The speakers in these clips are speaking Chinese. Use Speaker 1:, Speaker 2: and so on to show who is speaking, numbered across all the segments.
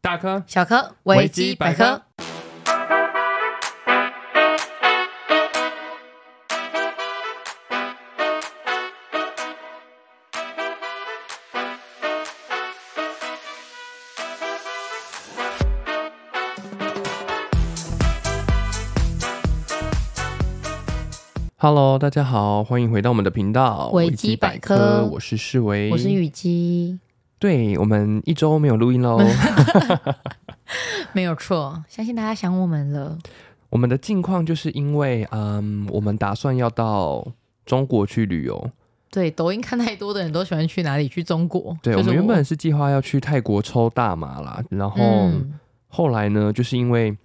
Speaker 1: 大科
Speaker 2: 小柯
Speaker 1: 维基百科。Hello，大家好，欢迎回到我们的频道
Speaker 2: 维基百科
Speaker 1: 我是世维，
Speaker 2: 我是雨姬，
Speaker 1: 对我们一周没有录音 喽。
Speaker 2: 没有错，相信大家想我们了。
Speaker 1: 我们的近况就是因为，嗯，我们打算要到中国去旅游。
Speaker 2: 对，抖音看太多的人都喜欢去哪里？去中国。
Speaker 1: 对，
Speaker 2: 就
Speaker 1: 我
Speaker 2: 是
Speaker 1: 们原本是计划要去泰国抽大麻啦，然后、
Speaker 2: 嗯，
Speaker 1: 后来呢，就是因为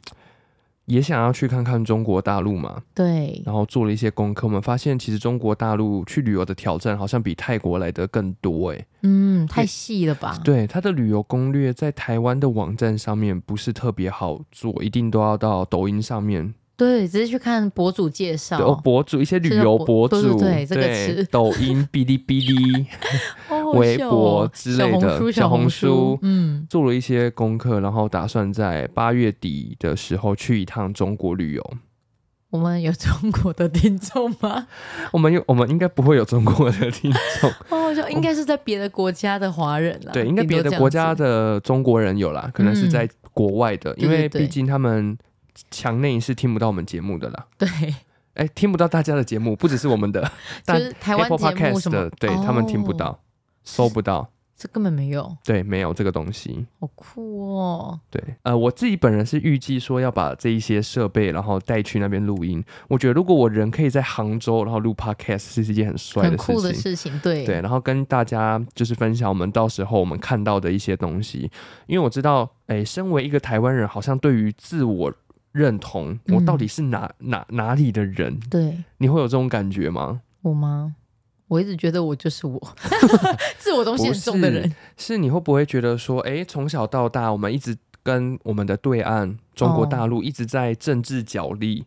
Speaker 1: 也想要去看看中国大陆嘛，
Speaker 2: 对，
Speaker 1: 然后做了一些功课，我们发现其实中国大陆去旅游的挑战好像比泰国来的更多诶、
Speaker 2: 嗯，太细了吧？
Speaker 1: 对，它的旅游攻略在台湾的网站上面不是特别好做，一定都要到抖音上面
Speaker 2: 对，只是去看博主介
Speaker 1: 对哦，
Speaker 2: 绍。
Speaker 1: 博主一些旅
Speaker 2: 是
Speaker 1: 游
Speaker 2: 博
Speaker 1: 博
Speaker 2: 对
Speaker 1: 主，
Speaker 2: 对对这个词
Speaker 1: 抖音、哔哩哔哩、
Speaker 2: 哦好
Speaker 1: 微
Speaker 2: 笑哦
Speaker 1: 博之类的
Speaker 2: 小红书，
Speaker 1: 小红
Speaker 2: 红
Speaker 1: 书
Speaker 2: 嗯，
Speaker 1: 做了一些功课，然后打算在八月底的时候去一趟中国旅游。
Speaker 2: 我们有中国的听众吗？
Speaker 1: 我们有，我们应该不会有中国的听 众，
Speaker 2: 哦， 好笑，应该是在别的国家的华人啊啦。
Speaker 1: 对，应该
Speaker 2: 顶
Speaker 1: 别
Speaker 2: 多
Speaker 1: 的
Speaker 2: 这样
Speaker 1: 国
Speaker 2: 子
Speaker 1: 家的中国人有啦，可能是在国外的，
Speaker 2: 对
Speaker 1: 因为
Speaker 2: 对对
Speaker 1: 毕竟他们墙内是听不到我们节目的啦。
Speaker 2: 对。
Speaker 1: 哎，听不到大家的节目，不只是我们的
Speaker 2: 就
Speaker 1: 但
Speaker 2: 是台湾
Speaker 1: Apple
Speaker 2: 节目
Speaker 1: Podcast
Speaker 2: 什么
Speaker 1: 的，，对他们听不
Speaker 2: 哦，
Speaker 1: 到，搜不到，
Speaker 2: 这根本没有，
Speaker 1: 对，没有这个东西。
Speaker 2: 好酷哦！
Speaker 1: 对，呃，我自己本人是预计说要把这一些设备，然后带去那边录音。我觉得如果我人可以在杭州，然后录 podcast 是一件很帅
Speaker 2: 很
Speaker 1: 的事
Speaker 2: 酷的
Speaker 1: 情。
Speaker 2: 事情，对
Speaker 1: 对，然后跟大家就是分享我们到时候我们看到的一些东西，因为我知道，哎，身为一个台湾人，好像对于自我认同，
Speaker 2: 嗯
Speaker 1: 我到底是哪、哪哪里的人，
Speaker 2: 对
Speaker 1: 你会有这种感觉吗？
Speaker 2: 我吗？我一直觉得我就 是我，自我中心
Speaker 1: 不
Speaker 2: 很重的人
Speaker 1: 是，，是你会不会觉得说，哎，从小到大我们一直跟我们的对岸中国
Speaker 2: 哦
Speaker 1: 大陆一直在政治角力，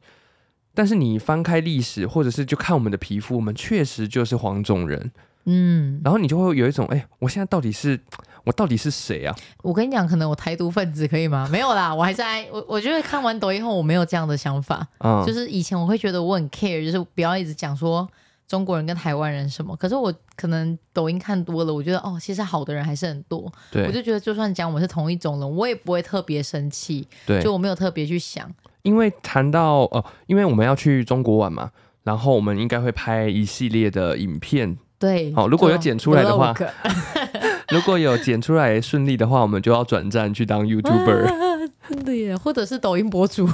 Speaker 1: 但是你翻开历史，或者是就看我们的皮肤，我们确实就是黄种人，
Speaker 2: 嗯，
Speaker 1: 然后你就会有一种，哎，我现在到底是我到底是谁啊？
Speaker 2: 我跟你讲，可能我台独分子可以吗？没有啦，我还在我我觉得看完抖音后，我没有这样的想法，
Speaker 1: 嗯，
Speaker 2: 就是以前我会觉得我很 care，就是不要一直讲说中国人跟台湾人什么，可是我可能抖音看多了，我觉得哦，其实好的人还是很多，我
Speaker 1: 对
Speaker 2: 就觉得就算讲我们是同一种人，我也不会特别生气，
Speaker 1: 对
Speaker 2: 就，我没有特别去想，
Speaker 1: 因为谈到哦，因为我们要去中国玩嘛。然后我们应该会拍一系列的影片，
Speaker 2: 对，
Speaker 1: 好如果有剪出来的话
Speaker 2: vlog
Speaker 1: 如果有剪出来顺利的话，我们就要转战去当 YouTuber。
Speaker 2: 啊 真的耶，或者是抖音博主，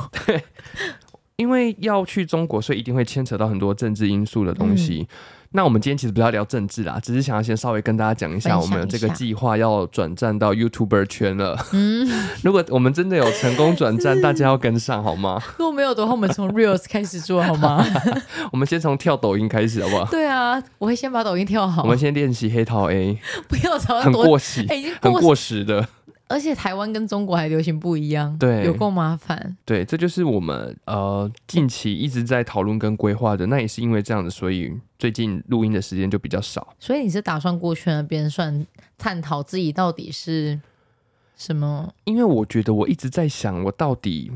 Speaker 1: 因为要去中国，所以一定会牵扯到很多政治因素的东西。
Speaker 2: 嗯
Speaker 1: 那我们今天其实不是要聊政治啦，只是想要先稍微跟大家讲一下，
Speaker 2: 分
Speaker 1: 我
Speaker 2: 享一下
Speaker 1: 们有这个计划要转战到 YouTuber 圈了。
Speaker 2: 嗯，
Speaker 1: 如果我们真的有成功转 战，大家要跟上好吗？
Speaker 2: 如果没有的话，我们从 Reels 开始做好 吗？
Speaker 1: 我们先从跳抖音开始好不好？
Speaker 2: 对啊，我会先把抖音跳好，
Speaker 1: 我们先练习黑桃 A，
Speaker 2: 不要找
Speaker 1: 很
Speaker 2: 多，
Speaker 1: 过时，
Speaker 2: 哎、已经
Speaker 1: 很
Speaker 2: 过，
Speaker 1: 过时的。
Speaker 2: 而且台湾跟中国还流行不一样，
Speaker 1: 对
Speaker 2: 有够麻烦，
Speaker 1: 对，这就是我们呃近期一直在讨论跟规划的。那也是因为这样子，所以最近录音的时间就比较少。
Speaker 2: 所以你是打算过去那边算探讨自己到底是什么？
Speaker 1: 因为我觉得我一直在想，我到底，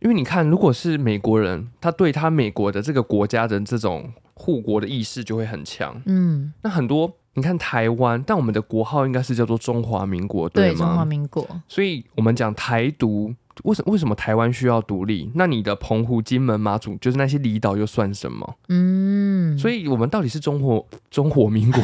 Speaker 1: 因为你看，如果是美国人，他对他美国的这个国家的这种护国的意识就会很强。
Speaker 2: 嗯，
Speaker 1: 那很多，你看台湾，但我们的国号应该是叫做中华民国，
Speaker 2: 对，中华
Speaker 1: 吗？
Speaker 2: 民国，
Speaker 1: 所以我们讲台独，为什为什么台湾需要独立？那你的澎湖、金门、马祖，就是那些离岛又算什么？
Speaker 2: 嗯，
Speaker 1: 所以我们到底是中华中华民 国？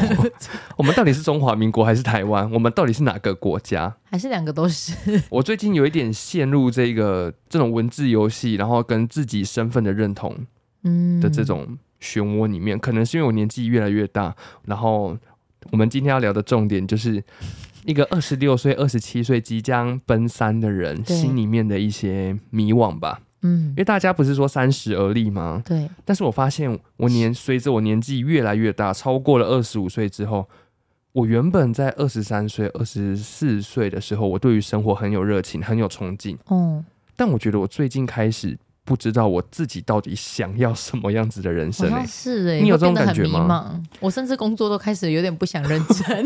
Speaker 1: 我们到底是中华民国还是台湾？我们到底是哪个国家？
Speaker 2: 还是两个都是，
Speaker 1: 我最近有一点陷入这个这种文字游戏，然后跟自己身份的认同
Speaker 2: 嗯
Speaker 1: 的这，种漩涡里面，可能是因为我年纪越来越大，然后我们今天要聊的重点就是一个二十六岁、二十七岁即将奔三的人
Speaker 2: 对
Speaker 1: 心里面的一些迷惘吧。
Speaker 2: 嗯
Speaker 1: 因，为大家不是说三十而立吗？
Speaker 2: 对，
Speaker 1: 但是我发现我年随着我年纪越来越大，超过了二十五岁之后。我原本在二十三岁、二十四岁的时候，我对于生活很有热情，很有冲劲。
Speaker 2: 哦，
Speaker 1: 但我觉得我最近开始不知道我自己到底想要什么样子的人
Speaker 2: 好
Speaker 1: 生、
Speaker 2: 像
Speaker 1: 欸。
Speaker 2: 是哎、欸，
Speaker 1: 你有
Speaker 2: 会
Speaker 1: 这种
Speaker 2: 变得
Speaker 1: 感觉
Speaker 2: 很迷茫，我甚至工作都开始有点不想认真，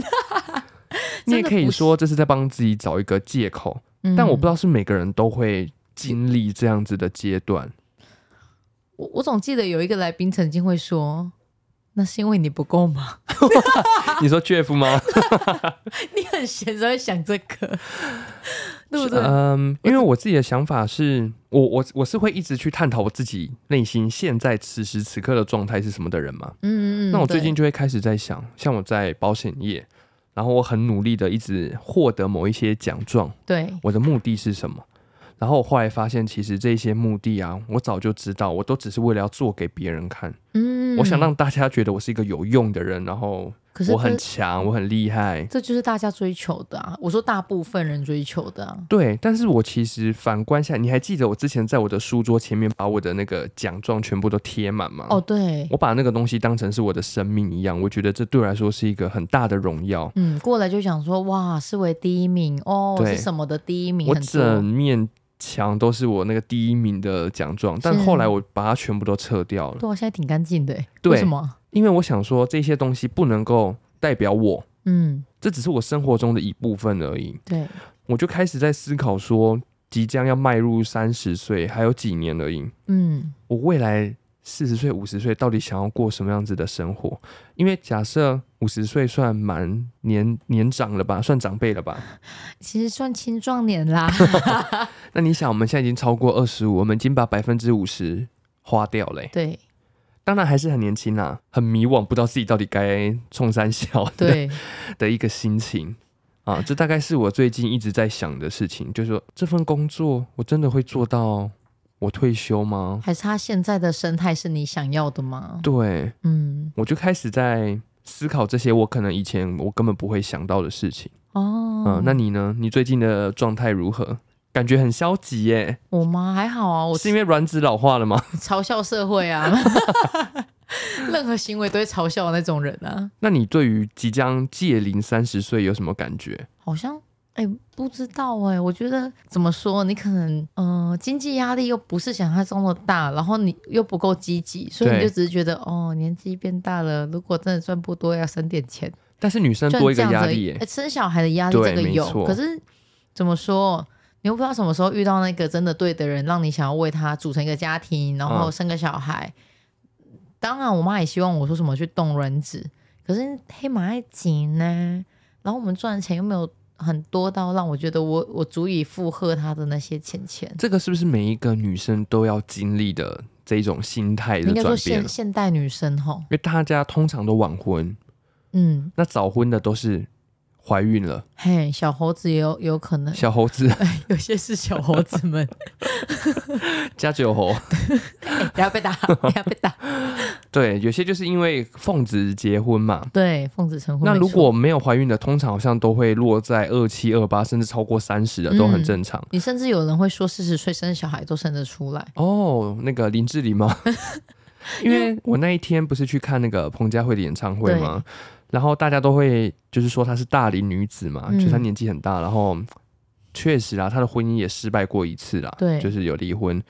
Speaker 1: 你
Speaker 2: 真
Speaker 1: 也
Speaker 2: 的
Speaker 1: 可以
Speaker 2: 不是嗯
Speaker 1: 说这是在帮自己找一个借口，但我不知
Speaker 2: 道，
Speaker 1: 道是每个人都会经历这样子的阶段。
Speaker 2: 我我总记得有一个来宾曾经会说。那是因为你不够忙， 啊
Speaker 1: 你说 Jeff 吗？
Speaker 2: 你很闲才会想这个，对不对？
Speaker 1: 嗯，因为我自己的想法是，我我我是会一直去探讨我自己内心现在此时此刻的状态是什么的人嘛。
Speaker 2: 嗯嗯嗯。
Speaker 1: 那我最
Speaker 2: 对
Speaker 1: 近就会开始在想，像我在保险业，然后我很努力的一直获得某一些奖状，
Speaker 2: 对，
Speaker 1: 我的目的是什么？然后我后来发现，其实这些目的啊，我早就知道，我都只是为了要做给别人看。
Speaker 2: 嗯，
Speaker 1: 我想让大家觉得我是一个有用的人，然后
Speaker 2: 可是
Speaker 1: 我很
Speaker 2: 这
Speaker 1: 强，我很厉害。
Speaker 2: 这就是大家追求的啊！我说大部分人追求的啊，
Speaker 1: 对，但是我其实反观下，你还记得我之前在我的书桌前面把我的那个奖状全部都贴满吗？
Speaker 2: 哦，，对，
Speaker 1: 嗯我把那个东西当成是我的生命一样，我觉得这对我来说是一个很大的荣耀。
Speaker 2: 嗯，过来就想说，哇，是为第一名哦，
Speaker 1: 对
Speaker 2: 是什么的第一名？
Speaker 1: 我
Speaker 2: 很
Speaker 1: 整
Speaker 2: 多，
Speaker 1: 面墙都是我那个第一名的奖状，但
Speaker 2: 是
Speaker 1: 后来我把它全部都撤掉了，
Speaker 2: 对，我现在挺干净的欸，
Speaker 1: 对
Speaker 2: 为什么？
Speaker 1: 因为我想说这些东西不能够代表我，
Speaker 2: 嗯，
Speaker 1: 这只是我生活中的一部分而已。
Speaker 2: 对，
Speaker 1: 我就开始在思考说，即将要迈入三十岁，还有几年而已，
Speaker 2: 嗯，
Speaker 1: 我未来四十岁、五十岁到底想要过什么样子的生活？因为假设五十岁算蛮年年长了吧，算长辈了吧？
Speaker 2: 其实算青壮年啦，
Speaker 1: 那你想，我们现在已经超过二十五，我们已经把百分之五十花掉嘞、
Speaker 2: 对
Speaker 1: 当然还是很年轻啦，很迷惘，不知道自己到底该冲三小的
Speaker 2: 对，啊
Speaker 1: 的一个心情啊。这大概是我最近一直在想的事情，就是说这份工作我真的会做到我退休吗？
Speaker 2: 还是他现在的生态是你想要的吗？
Speaker 1: 对，
Speaker 2: 嗯，
Speaker 1: 我就开始在思考这些我可能以前我根本不会想到的事情。
Speaker 2: 哦，
Speaker 1: 嗯、那你呢？你最近的状态如何？感觉很消极耶，
Speaker 2: 我吗？还好啊，我
Speaker 1: 是因为卵子老化了吗？
Speaker 2: 嘲笑社会啊， 任何行为都会嘲笑那种人啊，
Speaker 1: 那你对于即将届龄三十岁有什么感觉？
Speaker 2: 好像。哎、不知道哎、我觉得怎么说，你可能嗯、呃经济压力又不是想象中的大，然后你又不够积极，所以
Speaker 1: 对
Speaker 2: 你就只是觉得哦，年纪变大了，如果真的赚不多，要省点钱，
Speaker 1: 但是女生
Speaker 2: 赚
Speaker 1: 多一
Speaker 2: 这
Speaker 1: 个
Speaker 2: 样
Speaker 1: 压
Speaker 2: 子而
Speaker 1: 力
Speaker 2: 已。
Speaker 1: 耶
Speaker 2: 哎，，生小孩的压力
Speaker 1: 对
Speaker 2: 这个
Speaker 1: 没
Speaker 2: 有
Speaker 1: 错，
Speaker 2: 可是怎么说，你又不知道什么时候遇到那个真的对的人，让你想要为他组成一个家庭，然后
Speaker 1: 嗯
Speaker 2: 生个小孩。当然，我妈也希望我说什么去动卵子，可是黑马爱紧呢，然后我们赚的钱又没有很多到让我觉得我我足以负荷他的那些钱钱。
Speaker 1: 这个是不是每一个女生都要经历的这种心态的
Speaker 2: 应该
Speaker 1: 转
Speaker 2: 说
Speaker 1: 变
Speaker 2: 现
Speaker 1: 啊？
Speaker 2: 现代女生吼，
Speaker 1: 因为大家通常都晚婚，
Speaker 2: 嗯，
Speaker 1: 那早婚的都是怀孕了，
Speaker 2: 嘿，小猴子也有有可能，
Speaker 1: 小猴子
Speaker 2: 有些是小猴子们，
Speaker 1: 加九猴，
Speaker 2: 不要被打， 不要被打。
Speaker 1: 对，有些就是因为奉子结婚嘛。
Speaker 2: 对，奉子成婚没
Speaker 1: 那
Speaker 2: 错。
Speaker 1: 如果没有怀孕的，通常好像都会落在二七、二八，甚至超过三十的，都很
Speaker 2: 嗯
Speaker 1: 正常。
Speaker 2: 你甚至有人会说四十岁生小孩都生得出来，
Speaker 1: 哦，那个林志玲 吗？因为我那一天不是去看那个彭佳慧的演唱会吗？然后大家都会就是说她是大龄女子嘛，
Speaker 2: 嗯
Speaker 1: 就是她年纪很大，然后确实啊，她的婚姻也失败过一次啦，
Speaker 2: 对
Speaker 1: 就是有离婚。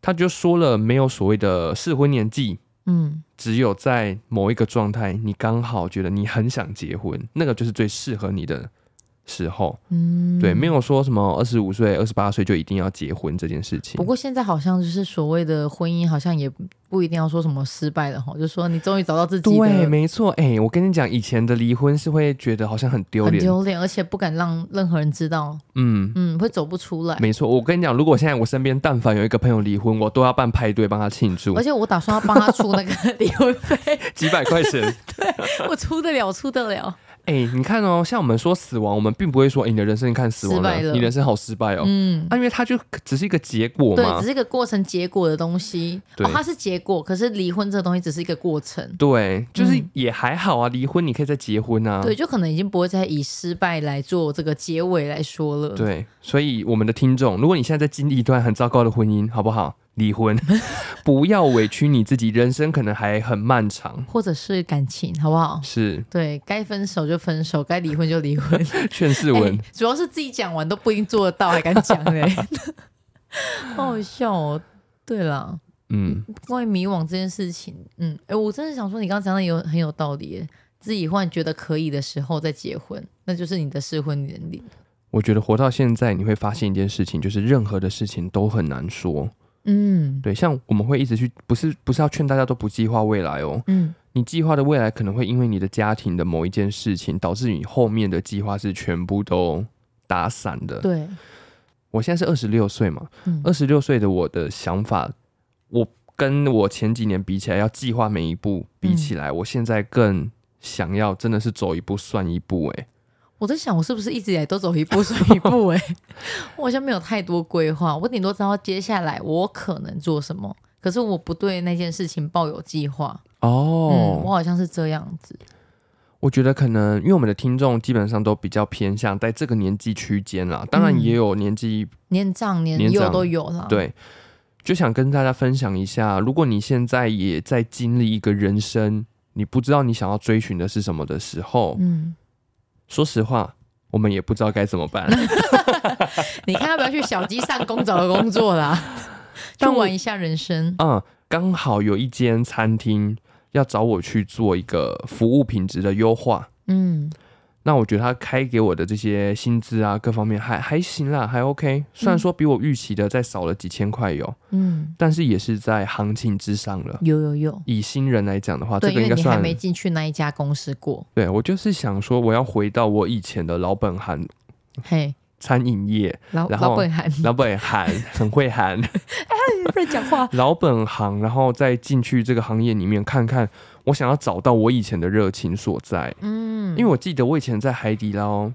Speaker 1: 她就说了，没有所谓的适婚年纪，
Speaker 2: 嗯，
Speaker 1: 只有在某一个状态，你刚好觉得你很想结婚，那个就是最适合你的时候。
Speaker 2: 嗯，
Speaker 1: 对，没有说什么二十五岁、二十八岁就一定要结婚这件事情。
Speaker 2: 不过现在好像就是所谓的婚姻，好像也不一定要说什么失败了哈，就说你终于找到自己
Speaker 1: 对，
Speaker 2: 的，
Speaker 1: 没错。哎、我跟你讲，以前的离婚是会觉得好像很丢
Speaker 2: 很
Speaker 1: 脸。
Speaker 2: 丢脸，而且不敢让任何人知道，
Speaker 1: 嗯，
Speaker 2: 嗯，会走不出来。
Speaker 1: 没错。我跟你讲，如果现在我身边但凡有一个朋友离婚，我都要办派对帮他庆祝
Speaker 2: 而，且我打算要帮他出那个 离婚费，
Speaker 1: 几百块钱。
Speaker 2: 我出得了，出得了。
Speaker 1: 哎、你看哦，像我们说死亡，我们并不会说、哎你的人生你看死亡
Speaker 2: 失败了
Speaker 1: 你人生好失败哦。
Speaker 2: 嗯，
Speaker 1: 啊，因为它就只是一个结果
Speaker 2: 对，
Speaker 1: 嘛
Speaker 2: 只。是一个过程结果的东西，
Speaker 1: 对
Speaker 2: 哦，它是结果，可是离婚这个东西只是一个过程，
Speaker 1: 对，就是
Speaker 2: 嗯
Speaker 1: 也还好啊，离婚你可以再结婚啊。
Speaker 2: 对，就可能已经不会再以失败来做这个结尾来说了。
Speaker 1: 对，所以我们的听众，如果你现在在经历一段很糟糕的婚姻，好不好？离婚， 不要委屈你自己，人生可能还很漫长。
Speaker 2: 或者是感情，好不好？
Speaker 1: 是
Speaker 2: 对该分手就分手，该离婚就离 婚。
Speaker 1: 劝世文，
Speaker 2: 哎主要是自己讲完都不一定做得到，还敢讲嘞， 好好笑哦。对啦，
Speaker 1: 嗯，
Speaker 2: 关于迷惘这件事情，嗯，哎，我真的想说，你刚刚讲的有很有道理耶。自己忽然觉得可以的时候再结婚，那就是你的适婚年龄。
Speaker 1: 我觉得活到现在，你会发现一件事情，就是任何的事情都很难说。
Speaker 2: 嗯
Speaker 1: 对，像我们会一直去，不是不是要劝大家都不计划未来哦。
Speaker 2: 嗯
Speaker 1: 你计划的未来可能会因为你的家庭的某一件事情，导致你后面的计划是全部都打散的。
Speaker 2: 对，
Speaker 1: 我现在是二十六岁嘛，
Speaker 2: 嗯
Speaker 1: 二十六岁的我的想法，我跟我前几年比起来，要计划每一步比起
Speaker 2: 嗯
Speaker 1: 来，我现在更想要真的是走一步算一步、欸。
Speaker 2: 我在想我是不是一直以来都走一步算一步哎、 我好像没有太多规划，我顶多知道接下来我可能做什么，可是我不对那件事情抱有计划。嗯，我
Speaker 1: 哦，
Speaker 2: 好像是这样子。
Speaker 1: 我觉得可能因为我们的听众基本上都比较偏向在这个年纪区间啦，当然
Speaker 2: 嗯
Speaker 1: 也有年纪
Speaker 2: 年长年
Speaker 1: 年
Speaker 2: 幼
Speaker 1: 长
Speaker 2: 都有啦。，
Speaker 1: 对，就想跟大家分享一下，如果你现在也在经历一个人生，你不知道你想要追寻的是什么的时候，
Speaker 2: 嗯，
Speaker 1: 说实话，我们也不知道该怎么办。
Speaker 2: 你看要不要去小鸡上工找个工作啦？去
Speaker 1: 但我
Speaker 2: 玩一下人生。
Speaker 1: 嗯，刚好有一间餐厅要找我去做一个服务品质的优化。
Speaker 2: 嗯
Speaker 1: 那我觉得他开给我的这些薪资啊，各方面还还行啦，还 OK。虽然说比我预期的再少了几千块有，
Speaker 2: 嗯，
Speaker 1: 但是也是在行情之上了。
Speaker 2: 有有有。
Speaker 1: 以新人来讲的啊话，这
Speaker 2: 对，因
Speaker 1: 个应该
Speaker 2: 为你还
Speaker 1: 算
Speaker 2: 没进去那一家公司过，
Speaker 1: 对我就是想说，我要回到我以前的老本行，
Speaker 2: 嘿，
Speaker 1: 餐饮 业，
Speaker 2: 老
Speaker 1: 然后
Speaker 2: 老本行
Speaker 1: 老本行很会喊，
Speaker 2: 不能讲话，
Speaker 1: 老本行，然后再进去这个行业里面看看，我想要找到我以前的热情所在。
Speaker 2: 嗯，
Speaker 1: 因为我记得我以前在海底捞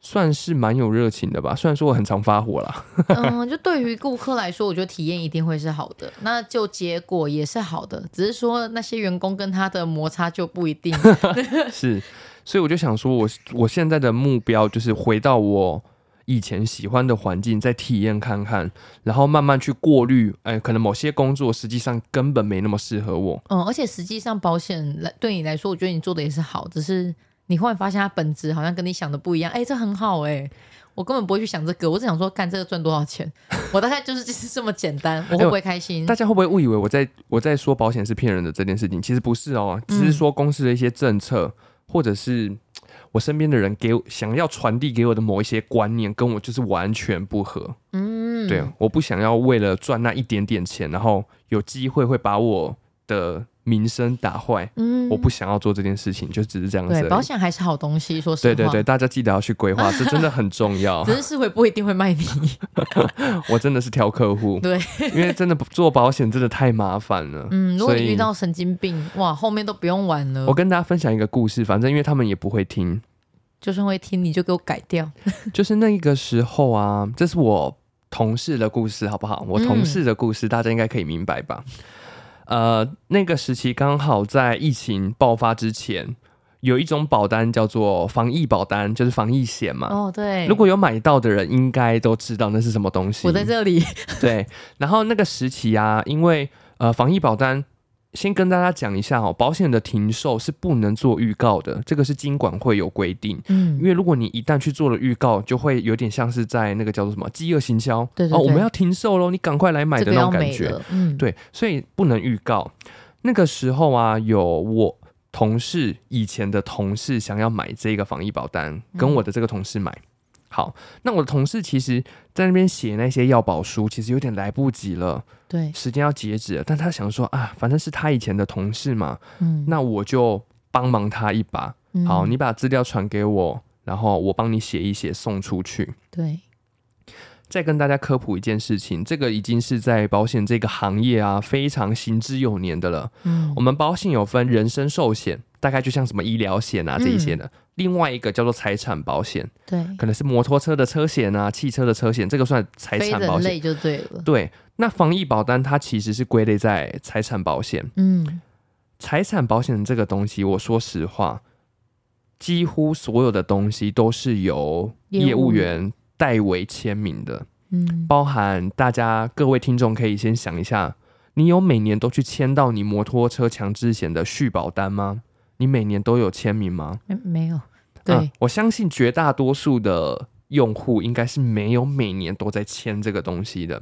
Speaker 1: 算是蛮有热情的吧，虽然说我很常发火啦。
Speaker 2: 嗯，就对于顾客来说，我觉得体验一定会是好的，那就结果也是好的，只是说那些员工跟他的摩擦就不一 定。
Speaker 1: 是，所以我就想说我，我现在的目标就是回到我以前喜欢的环境，再体验看看，然后慢慢去过滤，哎，可能某些工作实际上根本没那么适合我。
Speaker 2: 嗯，而且实际上保险来对你来说，我觉得你做的也是好，只是你忽然发现它本质好像跟你想的不一样。哎、这很好哎、我根本不会去想这个，我只想说干这个赚多 少钱，我大概就是就是这么简单，
Speaker 1: 哎
Speaker 2: 我会不会开心？
Speaker 1: 大家会不会误以为我在我在说保险是骗人的这件事情？其实不是哦，只是说公司的一些政策，或者是我身边的人给我想要传递给我的某一些观念，跟我就是完全不合。
Speaker 2: 嗯，
Speaker 1: 对，啊我不想要为了赚那一点点钱，然后有机会会把我的名声打坏。
Speaker 2: 嗯
Speaker 1: 我不想要做这件事情，就只是这样子而已。
Speaker 2: 对保险还是好东西，说实
Speaker 1: 对
Speaker 2: 话，
Speaker 1: 对对，大家记得要去规划，这真的很重要。
Speaker 2: 只是是会不一定会 卖你。
Speaker 1: 我真的是挑客户，
Speaker 2: 对，
Speaker 1: 因为真的做保险真的太麻烦了。
Speaker 2: 嗯，如果你
Speaker 1: 所以
Speaker 2: 遇到神经病，哇，后面都不用玩了
Speaker 1: 我，跟大家分享一个故事，反正因为他们也不会听，
Speaker 2: 就算会听你就给我改掉。
Speaker 1: 就是那个时候啊，这是我同事的故事，好不好？我
Speaker 2: 嗯
Speaker 1: 同事的故事，大家应该可以明白吧？呃，那个时期刚好在疫情爆发之前，有一种保单叫做防疫保单，就是防疫险嘛。
Speaker 2: 哦，对，
Speaker 1: 啊如果有买到的人，应该都知道那是什么东西。
Speaker 2: 我在这里，
Speaker 1: 对，然后那个时期啊，因为呃防疫保单，先跟大家讲一下哦，保险的停售是不能做预告的，这个是金管会有规定。因
Speaker 2: 嗯，
Speaker 1: 为如果你一旦去做了预告，就会有点像是在那个叫做什么饥饿行销，
Speaker 2: 对对
Speaker 1: 哦，
Speaker 2: 对
Speaker 1: 我们要停售喽，你赶快来买
Speaker 2: 这
Speaker 1: 的
Speaker 2: 个
Speaker 1: 那
Speaker 2: 要
Speaker 1: 种感
Speaker 2: 没
Speaker 1: 觉。
Speaker 2: 了，嗯，，
Speaker 1: 对，所以不能预告。那个时候啊，有我同事以前的同事想要买这个防疫保单，跟我的这个同事买。好，那我的同事其实在那边写那些要保书，其实有点来不及了，
Speaker 2: 对，
Speaker 1: 时间要截止了。但他想说啊，反正是他以前的同事嘛，
Speaker 2: 嗯，
Speaker 1: 那我就帮忙他一把。
Speaker 2: 嗯
Speaker 1: 好，你把资料传给我，然后我帮你写一写，送出去。
Speaker 2: 对，
Speaker 1: 再跟大家科普一件事情，这个已经是在保险这个行业啊非常行之有年的了。
Speaker 2: 嗯
Speaker 1: 我们保险有分人身寿险，大概就像什么医疗险啊这一些的，另外一个叫做财产保险，
Speaker 2: 对，
Speaker 1: 可能是摩托车的车险啊、汽车的车险，这个算财
Speaker 2: 非
Speaker 1: 产
Speaker 2: 人
Speaker 1: 保险。
Speaker 2: 类就对了。
Speaker 1: 对，那防疫保单它其实是归类在财产保险。
Speaker 2: 嗯，
Speaker 1: 财产保险这个东西，我说实话，几乎所有的东西都是由业务员代为签名的，
Speaker 2: 嗯，
Speaker 1: 包含大家各位听众可以先想一下，你有每年都去签到你摩托车强制险的续保单吗？你每年都有签名吗？
Speaker 2: 没没有，对，
Speaker 1: 啊我相信绝大多数的用户应该是没有每年都在签这个东西的。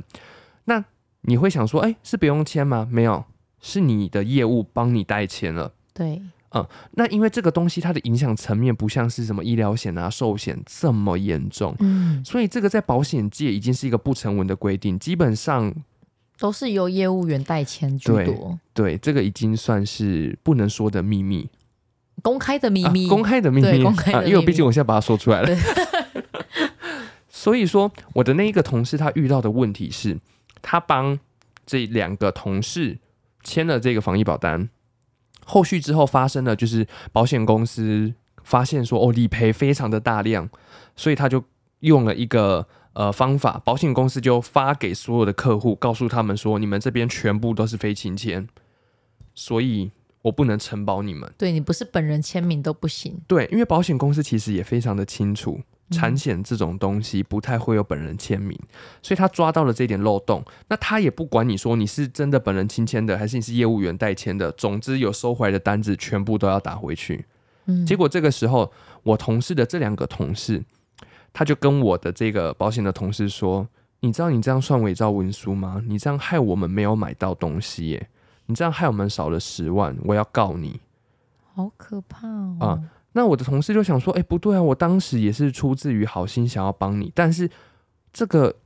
Speaker 1: 那你会想说，哎、是不用签吗？没有，是你的业务帮你代签了。
Speaker 2: 对，
Speaker 1: 那因为这个东西它的影响层面不像是什么医疗险啊、寿险这么严重，
Speaker 2: 嗯，
Speaker 1: 所以这个在保险界已经是一个不成文的规定，基本上
Speaker 2: 都是由业务员代签居
Speaker 1: 对
Speaker 2: 多，
Speaker 1: 对这个已经算是不能说的秘密，
Speaker 2: 公开的秘密，
Speaker 1: 啊、公开的秘密，
Speaker 2: 对公开的
Speaker 1: 啊，因为
Speaker 2: 秘密
Speaker 1: 毕竟我现在把它说出来了。 所以说，我的那一个同事他遇到的问题是，他帮这两个同事签了这个防疫保单，后续之后发生了就是保险公司发现说哦理赔非常的大量，所以他就用了一个。呃，方法，保险公司就发给所有的客户，告诉他们说，你们这边全部都是非亲签，所以我不能承保你们。
Speaker 2: 对你不是本人签名都不行，
Speaker 1: 对，因为保险公司其实也非常的清楚，
Speaker 2: 嗯
Speaker 1: 产险这种东西不太会有本人签名，所以他抓到了这一点漏洞。那他也不管你说你是真的本人亲签的，还是你是业务员代签的，总之有收回来的单子全部都要打回去。
Speaker 2: 嗯，
Speaker 1: 结果这个时候，我同事的这两个同事，他就跟我的这个保险的同事说：“你知道你这样算伪造文书吗？你这样害我们没有买到东西耶！你这样害我们少了十万，我要告你。”
Speaker 2: 好可怕哦，
Speaker 1: 啊那我的同事就想说，哎、不对啊，我当时也是出自于好心想要帮你，但是这个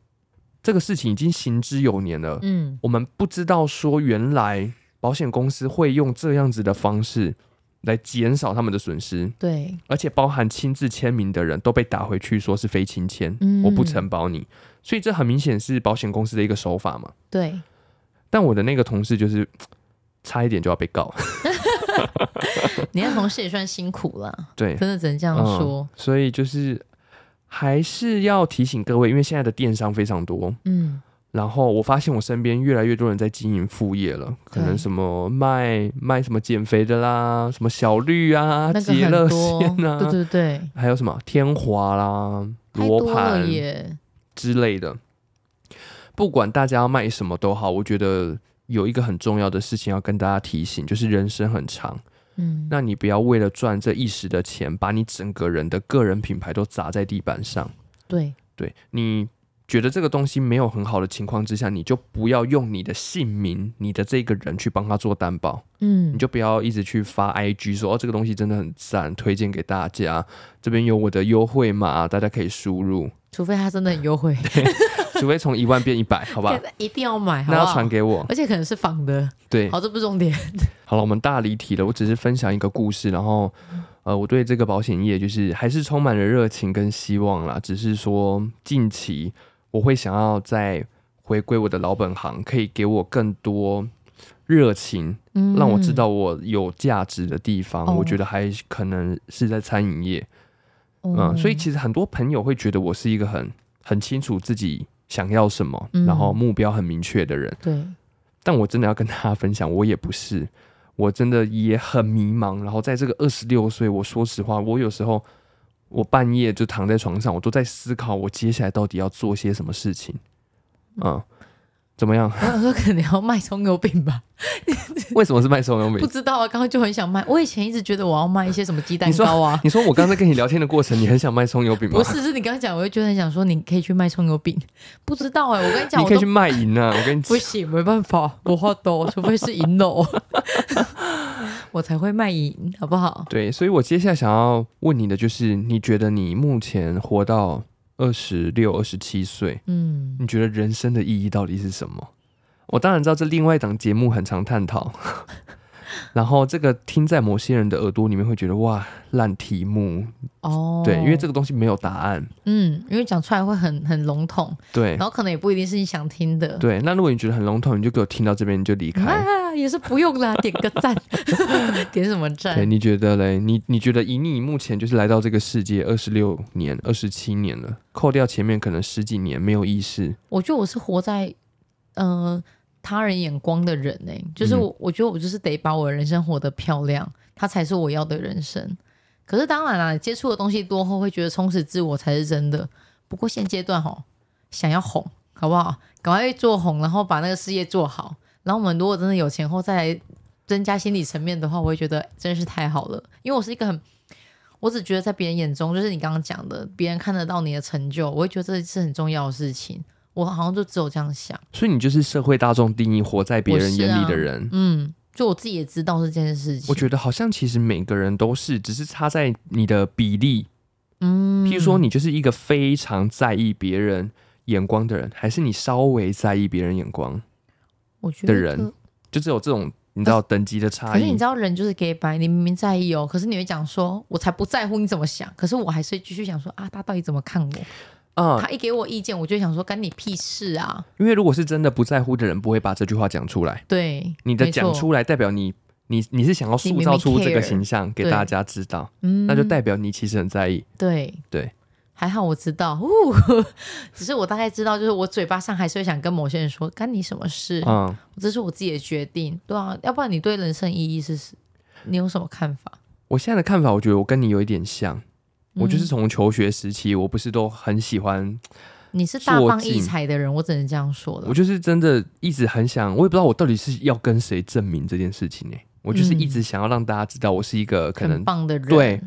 Speaker 1: 这个事情已经行之有年了，
Speaker 2: 嗯，
Speaker 1: 我们不知道说原来保险公司会用这样子的方式来减少他们的损失，
Speaker 2: 对，
Speaker 1: 而且包含亲自签名的人都被打回去说是非亲签，
Speaker 2: 嗯
Speaker 1: 我不承保你，所以这很明显是保险公司的一个手法嘛。
Speaker 2: 对，
Speaker 1: 但我的那个同事就是差一点就要被告，
Speaker 2: 你的同事也算辛苦了，
Speaker 1: 对，
Speaker 2: 真的只能这样说，
Speaker 1: 所以就是还是要提醒各位，因为现在的电商非常多，
Speaker 2: 嗯，
Speaker 1: 然后我发现我身边越来越多人在经营副业了，可能
Speaker 2: 对
Speaker 1: 什么卖卖什么减肥的啦，什么小绿啊、
Speaker 2: 那个
Speaker 1: 洁
Speaker 2: 很
Speaker 1: 乐
Speaker 2: 多，
Speaker 1: 线啊，
Speaker 2: 对对对，
Speaker 1: 还有什么天华啦、
Speaker 2: 太
Speaker 1: 罗
Speaker 2: 多了
Speaker 1: 盘
Speaker 2: 耶，
Speaker 1: 之类的。不管大家要卖什么都好，我觉得有一个很重要的事情要跟大家提醒，就是人生很长，
Speaker 2: 嗯，
Speaker 1: 那你不要为了赚这一时的钱，把你整个人的个人品牌都砸在地板上。
Speaker 2: 对，
Speaker 1: 对你觉得这个东西没有很好的情况之下，你就不要用你的姓名、你的这个人去帮他做担保，
Speaker 2: 嗯
Speaker 1: 你，就不要一直去发 IG 说哦这个东西真的很赞，推荐给大家，这边有我的优惠码，大家可以输入，
Speaker 2: 除非他真的很 优惠，
Speaker 1: 除非从一万变一百，好吧？
Speaker 2: 一定要 买，好
Speaker 1: 那
Speaker 2: 啊不
Speaker 1: 要
Speaker 2: 好
Speaker 1: 传给我。
Speaker 2: 而且可能是仿的。
Speaker 1: 对，
Speaker 2: 好，这不是重点。
Speaker 1: 好了，我们大离题了，我只是分享一个故事，然后
Speaker 2: 嗯
Speaker 1: 呃，我对这个保险业就是还是充满了热情跟希望啦，只是说近期我会想要再回归我的老本行，可以给我更多热情，
Speaker 2: 嗯
Speaker 1: 让我知道我有价值的地方，
Speaker 2: 哦
Speaker 1: 我觉得还可能是在餐饮业，嗯，
Speaker 2: 哦
Speaker 1: 所以其实很多朋友会觉得我是一个很很清楚自己想要什么，
Speaker 2: 嗯
Speaker 1: 然后目标很明确的人。
Speaker 2: 对，
Speaker 1: 但我真的要跟大家分享，我也不是，我真的也很迷茫。然后在这个二十六岁，我说实话，我有时候我半夜就躺在床上，我都在思考我接下来到底要做些什么事情。嗯，怎么样？
Speaker 2: 我想说可能要卖葱油饼吧，
Speaker 1: 为什么是卖手工
Speaker 2: 不
Speaker 1: 饼？
Speaker 2: 知道啊，刚刚就很想卖。我以前一直觉得我要卖一些什么鸡蛋
Speaker 1: 你说
Speaker 2: 糕啊，
Speaker 1: 你说我刚才跟你聊天的过程， 你很想卖葱油饼吗
Speaker 2: 不？是，是你刚刚讲，我就觉得很想说你可以去卖葱油饼，不知道哎、我跟你讲，
Speaker 1: 你
Speaker 2: 我
Speaker 1: 可以
Speaker 2: 都
Speaker 1: 去卖淫啊！我跟你
Speaker 2: 不
Speaker 1: 讲，
Speaker 2: 行，没办法，我话多，除非是银楼， 我才会卖淫，好不好？
Speaker 1: 对，所以我接下来想要问你的就是，你觉得你目前活到二十六、二十七岁，
Speaker 2: 嗯，
Speaker 1: 你觉得人生的意义到底是什么？我当然知道这另外一档节目很常探讨， 然后这个听在某些人的耳朵里面会觉得哇烂题目，
Speaker 2: 哦，
Speaker 1: 对，因为这
Speaker 2: 个，
Speaker 1: 个东西没有答案，
Speaker 2: 嗯，因为讲出来会很很笼统，
Speaker 1: 对
Speaker 2: 然后可能也不一定是你想听的。
Speaker 1: 对。那如果你觉得很笼统，你就给我听到这边你就离开。
Speaker 2: 啊，也是不用啦，点个赞， 点什么
Speaker 1: 对，
Speaker 2: 赞？
Speaker 1: 你觉得嘞？你你觉得以你目前就是来到这个世界二十六年、二十七年了，扣掉前面可能十几年没有意识，
Speaker 2: 我觉得我是活在呃他人眼光的人呢、就是我，我觉得我就是得把我的人生活得漂亮，它才是我要的人生。可是当然啦，接触的东西多后，会觉得充实自我才是真的。不过现阶段吼，想要红，好不好？赶快做红，然后把那个事业做好。然后我们如果真的有钱后再来增加心理层面的话，我会觉得真是太好了。因为我是一个很，我只觉得在别人眼中，就是你刚刚讲的，别人看得到你的成就，我会觉得这是很重要的事情。我好像就只有这样想，
Speaker 1: 所以你就是社会大众定义活在别人眼里的人。
Speaker 2: 嗯，就我自己也知道是这件事情。
Speaker 1: 我觉得好像其实每个人都是，只是差在你的比例。
Speaker 2: 嗯，
Speaker 1: 譬如说，你就是一个非常在意别人眼光的人，还是你稍微在意别人眼光，
Speaker 2: 我觉
Speaker 1: 的
Speaker 2: 得
Speaker 1: 人就只有这种你知道等级的差
Speaker 2: 呃可是你
Speaker 1: 异
Speaker 2: 知。道，人就是给白，你明明在意哦，可是你会讲说，我才不在乎你怎么想。可是我还是继续想说啊，他到底怎么看我？
Speaker 1: 嗯，
Speaker 2: 他一给我意见，我就想说，干你屁事啊！
Speaker 1: 因为如果是真的不在乎的人，不会把这句话讲出来。
Speaker 2: 对，
Speaker 1: 你的
Speaker 2: 没错
Speaker 1: 讲，出来，代表你你你是想要塑造
Speaker 2: 你
Speaker 1: 出
Speaker 2: 明明
Speaker 1: 这个
Speaker 2: care，
Speaker 1: 形象给
Speaker 2: 对
Speaker 1: 大家知道，
Speaker 2: 嗯
Speaker 1: 那就代表你其实很在意。
Speaker 2: 对
Speaker 1: 对。
Speaker 2: 还好我知道，呜， 只是我大概知道，就是我嘴巴上还是会想跟某些人说，干你什么事？
Speaker 1: 嗯，
Speaker 2: 这是我自己的决定，对啊，要不然你对人生意义是什，你有什么看法？
Speaker 1: 我现在的看法，我觉得我跟你有一点像。我就是
Speaker 2: 嗯
Speaker 1: 从求学时期，我不是都很喜欢，
Speaker 2: 你是大
Speaker 1: 做
Speaker 2: 放
Speaker 1: 尽
Speaker 2: 异彩的人，啊我只能这样说了
Speaker 1: 我。就是真的一直很想，我也不知道我到底是要跟谁证明这件事情呢、欸我就是一直想要让大家知道我是一个可能
Speaker 2: 嗯很，棒的人，
Speaker 1: 对，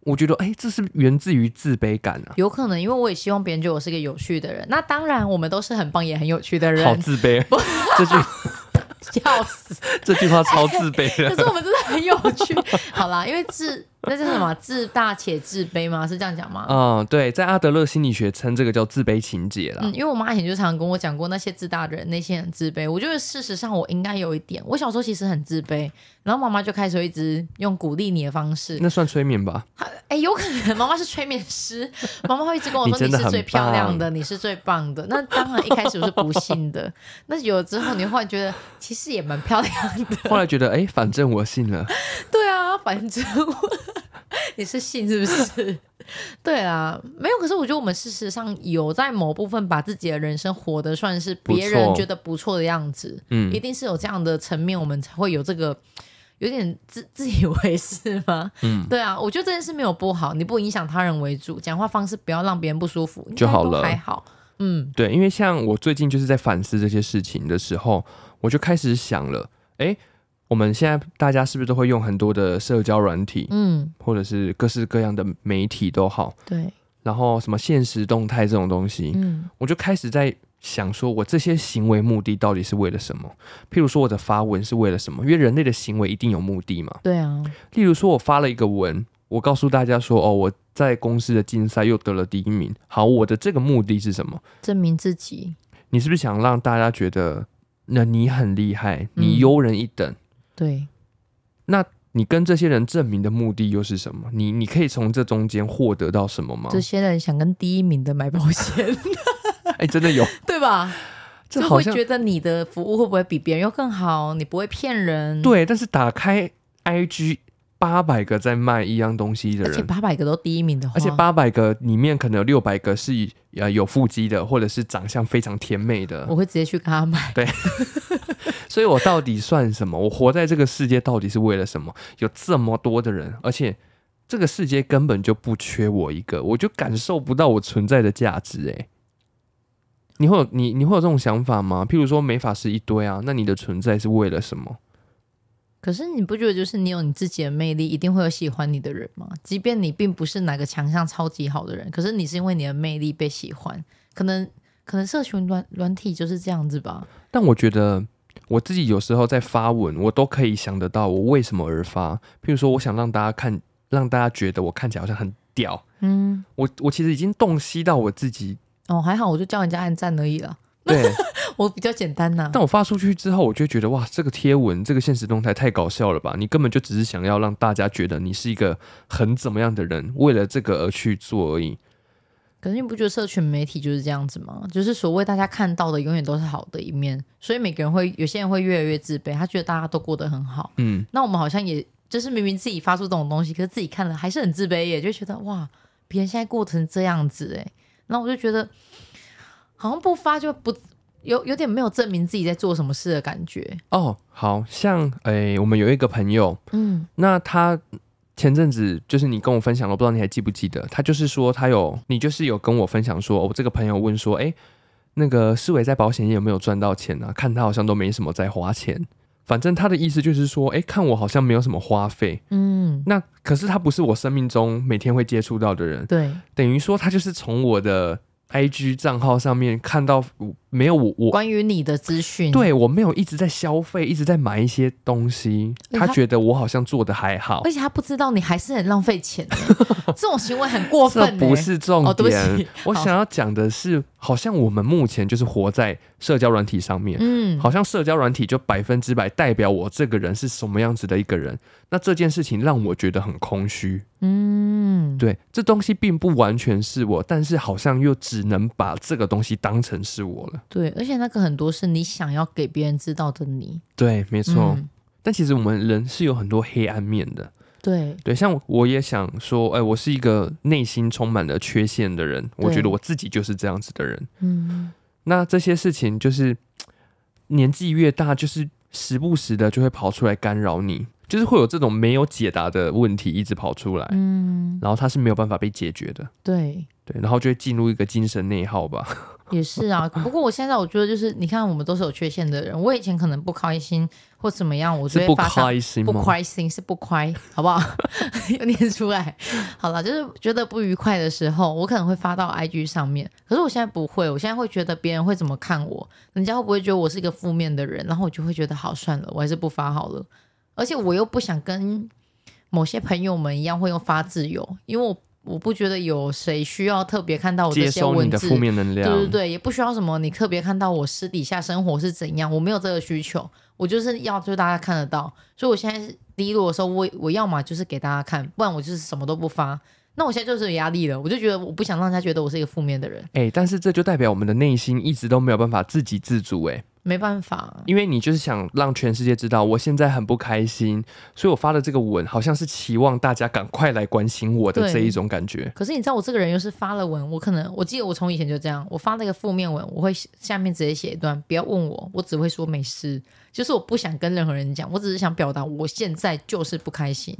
Speaker 1: 我觉得哎、这是源自于自卑感啊，
Speaker 2: 有可能，因为我也希望别人觉得我是一个有趣的人。那当然，我们都是很棒也很有趣的人
Speaker 1: 好，自卑， 这句
Speaker 2: 笑 死！
Speaker 1: 这句话超自卑
Speaker 2: 可
Speaker 1: 的。
Speaker 2: 是我们真的很有趣。好啦，因为自那叫什么？自大且自卑吗？是这样讲吗？
Speaker 1: 嗯，对，在阿德勒心理学称这个叫自卑情节啦。
Speaker 2: 嗯，因为我妈以前就常常跟我讲过，那些自大的人内心很自卑。我觉得事实上我应该有一点，我小时候其实很自卑，然后妈妈就开始会一直用鼓励你的方式。
Speaker 1: 那算催眠 吧？
Speaker 2: 哎，有可能妈妈是催眠师，妈妈会一直跟我
Speaker 1: 你
Speaker 2: 说
Speaker 1: 真的
Speaker 2: 是
Speaker 1: 很
Speaker 2: 最漂亮
Speaker 1: 棒
Speaker 2: 的，你是最棒的。那当然一开始我是不信的，那有了之后你会觉得其实也蛮漂亮的。
Speaker 1: 后来觉得，哎、反正我信了，
Speaker 2: 对啊，反正我 你是信是不是？对啊，没有。可是我觉得我们事实上有在某部分把自己的人生活得算是
Speaker 1: 不错
Speaker 2: 别人觉得不错的样子，
Speaker 1: 嗯
Speaker 2: 一，定是有这样的层面，我们才会有这个。有点自 自以为是吗？
Speaker 1: 嗯，
Speaker 2: 对啊，我觉得这件事没有不好，你不影响他人为主，讲话方式不要让别人不舒服
Speaker 1: 就好了
Speaker 2: 应该都还好。嗯，
Speaker 1: 对，因为像我最近就是在反思这些事情的时候，我就开始想了，哎，我们现在大家是不是都会用很多的社交软体，
Speaker 2: 嗯，
Speaker 1: 或者是各式各样的媒体都好，
Speaker 2: 对，
Speaker 1: 然后什么现实动态这种东西，
Speaker 2: 嗯
Speaker 1: 我就开始在想，说我这些行为目的到底是为了什么？譬如说我的发文是为了什么？因为人类的行为一定有目的嘛。
Speaker 2: 对啊，
Speaker 1: 例如说我发了一个文，我告诉大家说，哦，我在公司的竞赛又得了第一名。好，我的这个目的是什么？
Speaker 2: 证明自己，
Speaker 1: 你是不是想让大家觉得，那你很厉害，你
Speaker 2: 嗯
Speaker 1: 优人一等？
Speaker 2: 对，
Speaker 1: 你跟这些人证明的目的又是什么？你你可以从这中间获得到什么吗？
Speaker 2: 这些人想跟第一名的买保险，
Speaker 1: 哎、真的有，
Speaker 2: 对吧？
Speaker 1: 这
Speaker 2: 就
Speaker 1: 好
Speaker 2: 会
Speaker 1: 像
Speaker 2: 觉得你的服务会不会比别人又更好？你不会骗人，，
Speaker 1: 对，但是打开 IG 八百个在卖一样东西的
Speaker 2: 而且
Speaker 1: 人，
Speaker 2: 八百个都第一名的话，
Speaker 1: 而且八百个里面可能有六百个是以呃有腹肌的，或者是长相非常甜美的
Speaker 2: 我。会直接去跟他买。
Speaker 1: 所以我到底算什么？我活在这个世界到底是为了什么？有这么多的人，而且这个世界根本就不缺我一个，我就感受不到我存在的价值、欸。你会有你你会有这种想法吗？譬如说美发师一堆啊，那你的存在是为了什么？
Speaker 2: 可是你不觉得就是你有你自己的魅力，一定会有喜欢你的人吗？即便你并不是哪个强项超级好的人，可是你是因为你的魅力被喜欢，可能可能社群软软体就是这样子吧。
Speaker 1: 但我觉得我自己有时候在发文，我都可以想得到我为什么而发。譬如说，我想让大家看，让大家觉得我看起来好像很屌。
Speaker 2: 嗯，
Speaker 1: 我我其实已经洞悉到我自己
Speaker 2: 哦，还好，我就叫人家按赞而已啦，
Speaker 1: 对，
Speaker 2: 我比较简单呐、
Speaker 1: 但我发出去之后，我就觉得哇，这个贴文，这个现实动态太搞笑了吧？你根本就只是想要让大家觉得你是一个很怎么样的人，为了这个而去做而已。
Speaker 2: 可是你不觉得社群媒体就是这样子吗？就是所谓大家看到的永远都是好的一面，所以每个人会有些人会越来越自卑，他觉得大家都过得很好。
Speaker 1: 嗯，
Speaker 2: 那我们好像也就是明明自己发出这种东西，可是自己看了还是很自卑耶，就觉得哇，别人现在过成这样子哎，那我就觉得好像不发就不有有点没有证明自己在做什么事的感觉。
Speaker 1: 哦，好像诶、我们有一个朋友，
Speaker 2: 嗯，
Speaker 1: 那他前阵子就是你跟我分享了，哦我不知道你还记不记得，他就是说他有，你就是有跟我分享说，我、这个朋友问说，诶、那个世伟在保险业有没有赚到钱啊？看他好像都没什么在花钱，反正他的意思就是说，诶、看我好像没有什么花费。
Speaker 2: 嗯，
Speaker 1: 那可是他不是我生命中每天会接触到的人，
Speaker 2: 对，
Speaker 1: 等于说他就是从我的 IG 账号上面看到我没有我我
Speaker 2: 关于你的资讯，，
Speaker 1: 对我没有一直在消费，一直在买一些东西，
Speaker 2: 对
Speaker 1: 他
Speaker 2: 他
Speaker 1: 觉得我好像做的还好，
Speaker 2: 而且他不知道你还是很浪费钱欸，这种行为很过分
Speaker 1: 这
Speaker 2: 欸。
Speaker 1: 不是重
Speaker 2: 哦对不
Speaker 1: 点。
Speaker 2: 起
Speaker 1: 我
Speaker 2: 好
Speaker 1: 想要讲的是，好像我们目前就是活在社交软体上面，
Speaker 2: 嗯，
Speaker 1: 好像社交软体就百分之百代表我这个人是什么样子的一个人。那这件事情让我觉得很空虚。
Speaker 2: 嗯，
Speaker 1: 对，这东西并不完全是我，但是好像又只能把这个东西当成是我了。
Speaker 2: 对，而且那个很多是你想要给别人知道的你，
Speaker 1: 对，没错。
Speaker 2: 嗯
Speaker 1: 但其实我们人是有很多黑暗面的。
Speaker 2: 对，
Speaker 1: 对，像我我也想说，哎、我是一个内心充满了缺陷的人，我
Speaker 2: 对
Speaker 1: 觉得我自己就是这样子的人。
Speaker 2: 嗯，
Speaker 1: 那这些事情就是嘖年纪越大，就是时不时的就会跑出来干扰你，就是会有这种没有解答的问题一直跑出来，
Speaker 2: 嗯，
Speaker 1: 然后它是没有办法被解决的。
Speaker 2: 对，
Speaker 1: 对，然后就会进入一个精神内耗吧。
Speaker 2: 也是啊。不过我现在我觉得就是，你看我们都是有缺陷的人，我以前可能不开心或怎么样，我就是会
Speaker 1: 不
Speaker 2: 发上
Speaker 1: 开心
Speaker 2: 不
Speaker 1: 吗？
Speaker 2: 开心是不开，好 不好？有念出来。好了，就是觉得不愉快的时候，我可能会发到 IG 上面。可是我现在不会，我现在会觉得别人会怎么看我，人家会不会觉得我是一个负面的人，然后我就会觉得好算了，我还是不发好了。而且我又不想跟某些朋友们一样会用发自由，因为我我不觉得有谁需要特别看到我这
Speaker 1: 接
Speaker 2: 些
Speaker 1: 收你
Speaker 2: 文
Speaker 1: 的
Speaker 2: 字
Speaker 1: 负面能量，
Speaker 2: 对对对，也不需要什么你特别看到我私底下生活是怎样，我没有这个需求，我就是要就大家看得到。所以我现在是低落的时候，我我要么就是给大家看，不然我就是什么都不发。那我现在就是有压力了，我就觉得我不想让大家觉得我是一个负面的人，
Speaker 1: 哎、但是这就代表我们的内心一直都没有办法自给自足、哎，
Speaker 2: 没办法。啊
Speaker 1: 因为你就是想让全世界知道我现在很不开心，所以我发的这个文好像是期望大家赶快来关心我的
Speaker 2: 对
Speaker 1: 这一种感觉。
Speaker 2: 可是你知道我这个人又是发了文，我可能我记得我从以前就这样，我发了一个负面文，我会下面直接写一段不要问我，我只会说没事，就是我不想跟任何人讲，我只是想表达我现在就是不开心。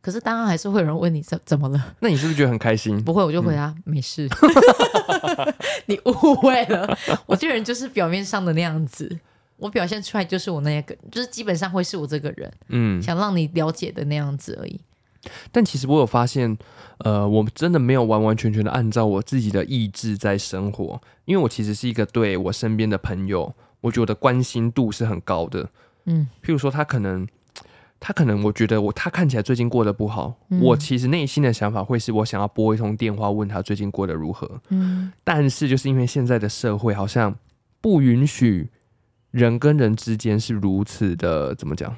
Speaker 2: 可是当然还是会有人问你怎怎么了。
Speaker 1: 那你是不是觉得很开心？
Speaker 2: 不会，我就回答、没事。你误会了，我这个人就是表面上的那样子，我表现出来就是我那个，就是基本上会是我这个人，
Speaker 1: 嗯，
Speaker 2: 想让你了解的那样子而已。
Speaker 1: 但其实我有发现，呃，我真的没有完完全全的按照我自己的意志在生活，因为我其实是一个对我身边的朋友，我觉得我的关心度是很高的。
Speaker 2: 嗯，
Speaker 1: 譬如说他可能，他可能我觉得我他看起来最近过得不好，
Speaker 2: 嗯
Speaker 1: 我其实内心的想法会是我想要拨一通电话问他最近过得如何，
Speaker 2: 嗯，
Speaker 1: 但是就是因为现在的社会好像不允许人跟人之间是如此的怎么讲，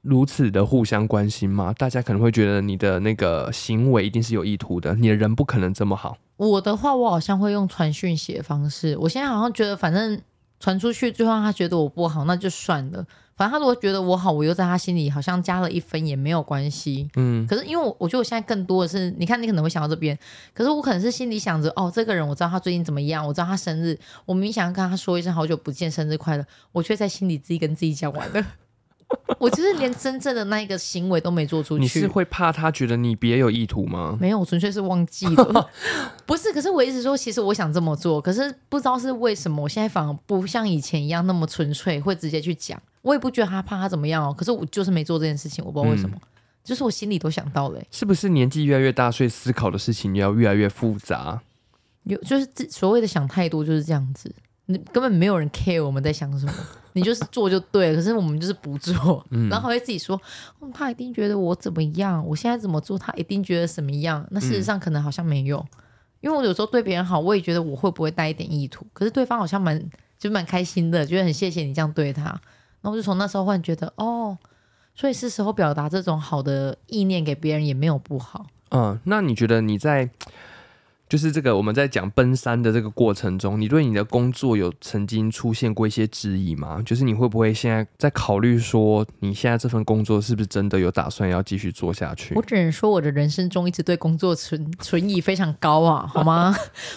Speaker 1: 如此的互相关心嘛？大家可能会觉得你的那个行为一定是有意图的，你的人不可能这么好。
Speaker 2: 我的话，我好像会用传讯写方式。我现在好像觉得，反正传出去，最后他觉得我不好，那就算了。反正他如果觉得我好，我又在他心里好像加了一分也没有关系。
Speaker 1: 嗯，
Speaker 2: 可是因为我我觉得我现在更多的是，你看你可能会想到这边，可是我可能是心里想着，哦，这个人我知道他最近怎么样，我知道他生日，我明明想要跟他说一声好久不见，生日快乐，我却在心里自己跟自己讲完了。 我就是连真正的那一个行为都没做出
Speaker 1: 嗯你是
Speaker 2: 去，
Speaker 1: 会怕他觉得你别有意图吗？
Speaker 2: 没有，我纯粹是忘记 了。不是，可是我一直说，其实我想这么做，可是不知道是为什么，我现在反而不像以前一样那么纯粹，会直接去讲。我也不觉得他怕他怎么样哦，可是我就是没做这件事情，我不知道为什么，
Speaker 1: 嗯
Speaker 2: 就是我心里都想到了欸、
Speaker 1: 是不是年纪越来越大，所以思考的事情要越来越复杂？
Speaker 2: 有就是自所谓的想太多就是这样子，你根本没有人 care 我们在想什么，你就是做就对了。可是我们就是不做，然后还会自己说，嗯他一定觉得我怎么样，我现在怎么做，他一定觉得什么样。那事实上可能好像没有，因为我有时候对别人好，我也觉得我会不会带一点意图，可是对方好像蛮就蛮开心的，觉得很谢谢你这样对他。然后我就从那时候忽然觉得，哦，所以是时候表达这种好的意念给别人也没有不好。
Speaker 1: 嗯，那你觉得你在就是这个我们在讲奔三的这个过程中，你对你的工作有曾经出现过一些质疑吗？就是你会不会现在在考虑说，你现在这份工作是不是真的有打算要继续做下去
Speaker 2: 我？只能说，我的人生中一直对工作存存疑非常高啊，好吗？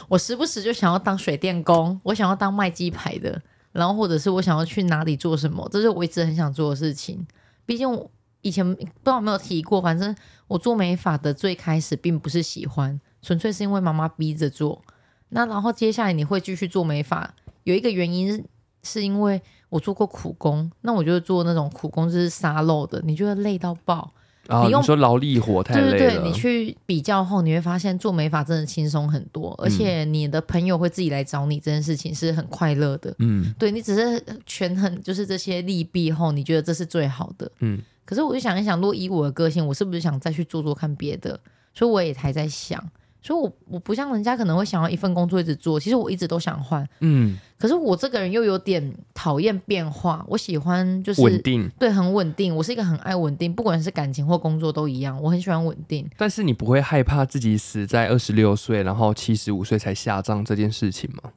Speaker 2: 我时不时就想要当水电工，我想要当卖鸡排的，然后或者是我想要去哪里做什么，这是我一直很想做的事情。毕竟我以前不知道有没有提过，反正我做美发的最开始并不是喜欢，纯粹是因为妈妈逼着做。那然后接下来你会继续做美发，有一个原因是是因为我做过苦工，那我就做那种苦工就是沙漏的，你就会累到爆。
Speaker 1: 然后啊
Speaker 2: 你
Speaker 1: 你
Speaker 2: 用
Speaker 1: 说劳力活太
Speaker 2: 对
Speaker 1: 累了，
Speaker 2: 对对，你去比较后，你会发现做美发真的轻松很多，
Speaker 1: 嗯
Speaker 2: 而且你的朋友会自己来找你，这件事情是很快乐的。
Speaker 1: 嗯
Speaker 2: 对你只是权衡就是这些利弊后，你觉得这是最好的。
Speaker 1: 嗯
Speaker 2: 可是我就想一想，如果以我的个性，我是不是想再去做做看别的？所以我也还在想，所以我我不像人家可能会想要一份工作一直做，其实我一直都想换，
Speaker 1: 嗯，
Speaker 2: 可是我这个人又有点讨厌变化，我喜欢就是
Speaker 1: 稳定。
Speaker 2: 对，很稳定。我是一个很爱稳定，不管是感情或工作都一样，我很喜欢稳定。
Speaker 1: 但是你不会害怕自己死在二十六岁，然后七十五岁才下葬这件事情吗？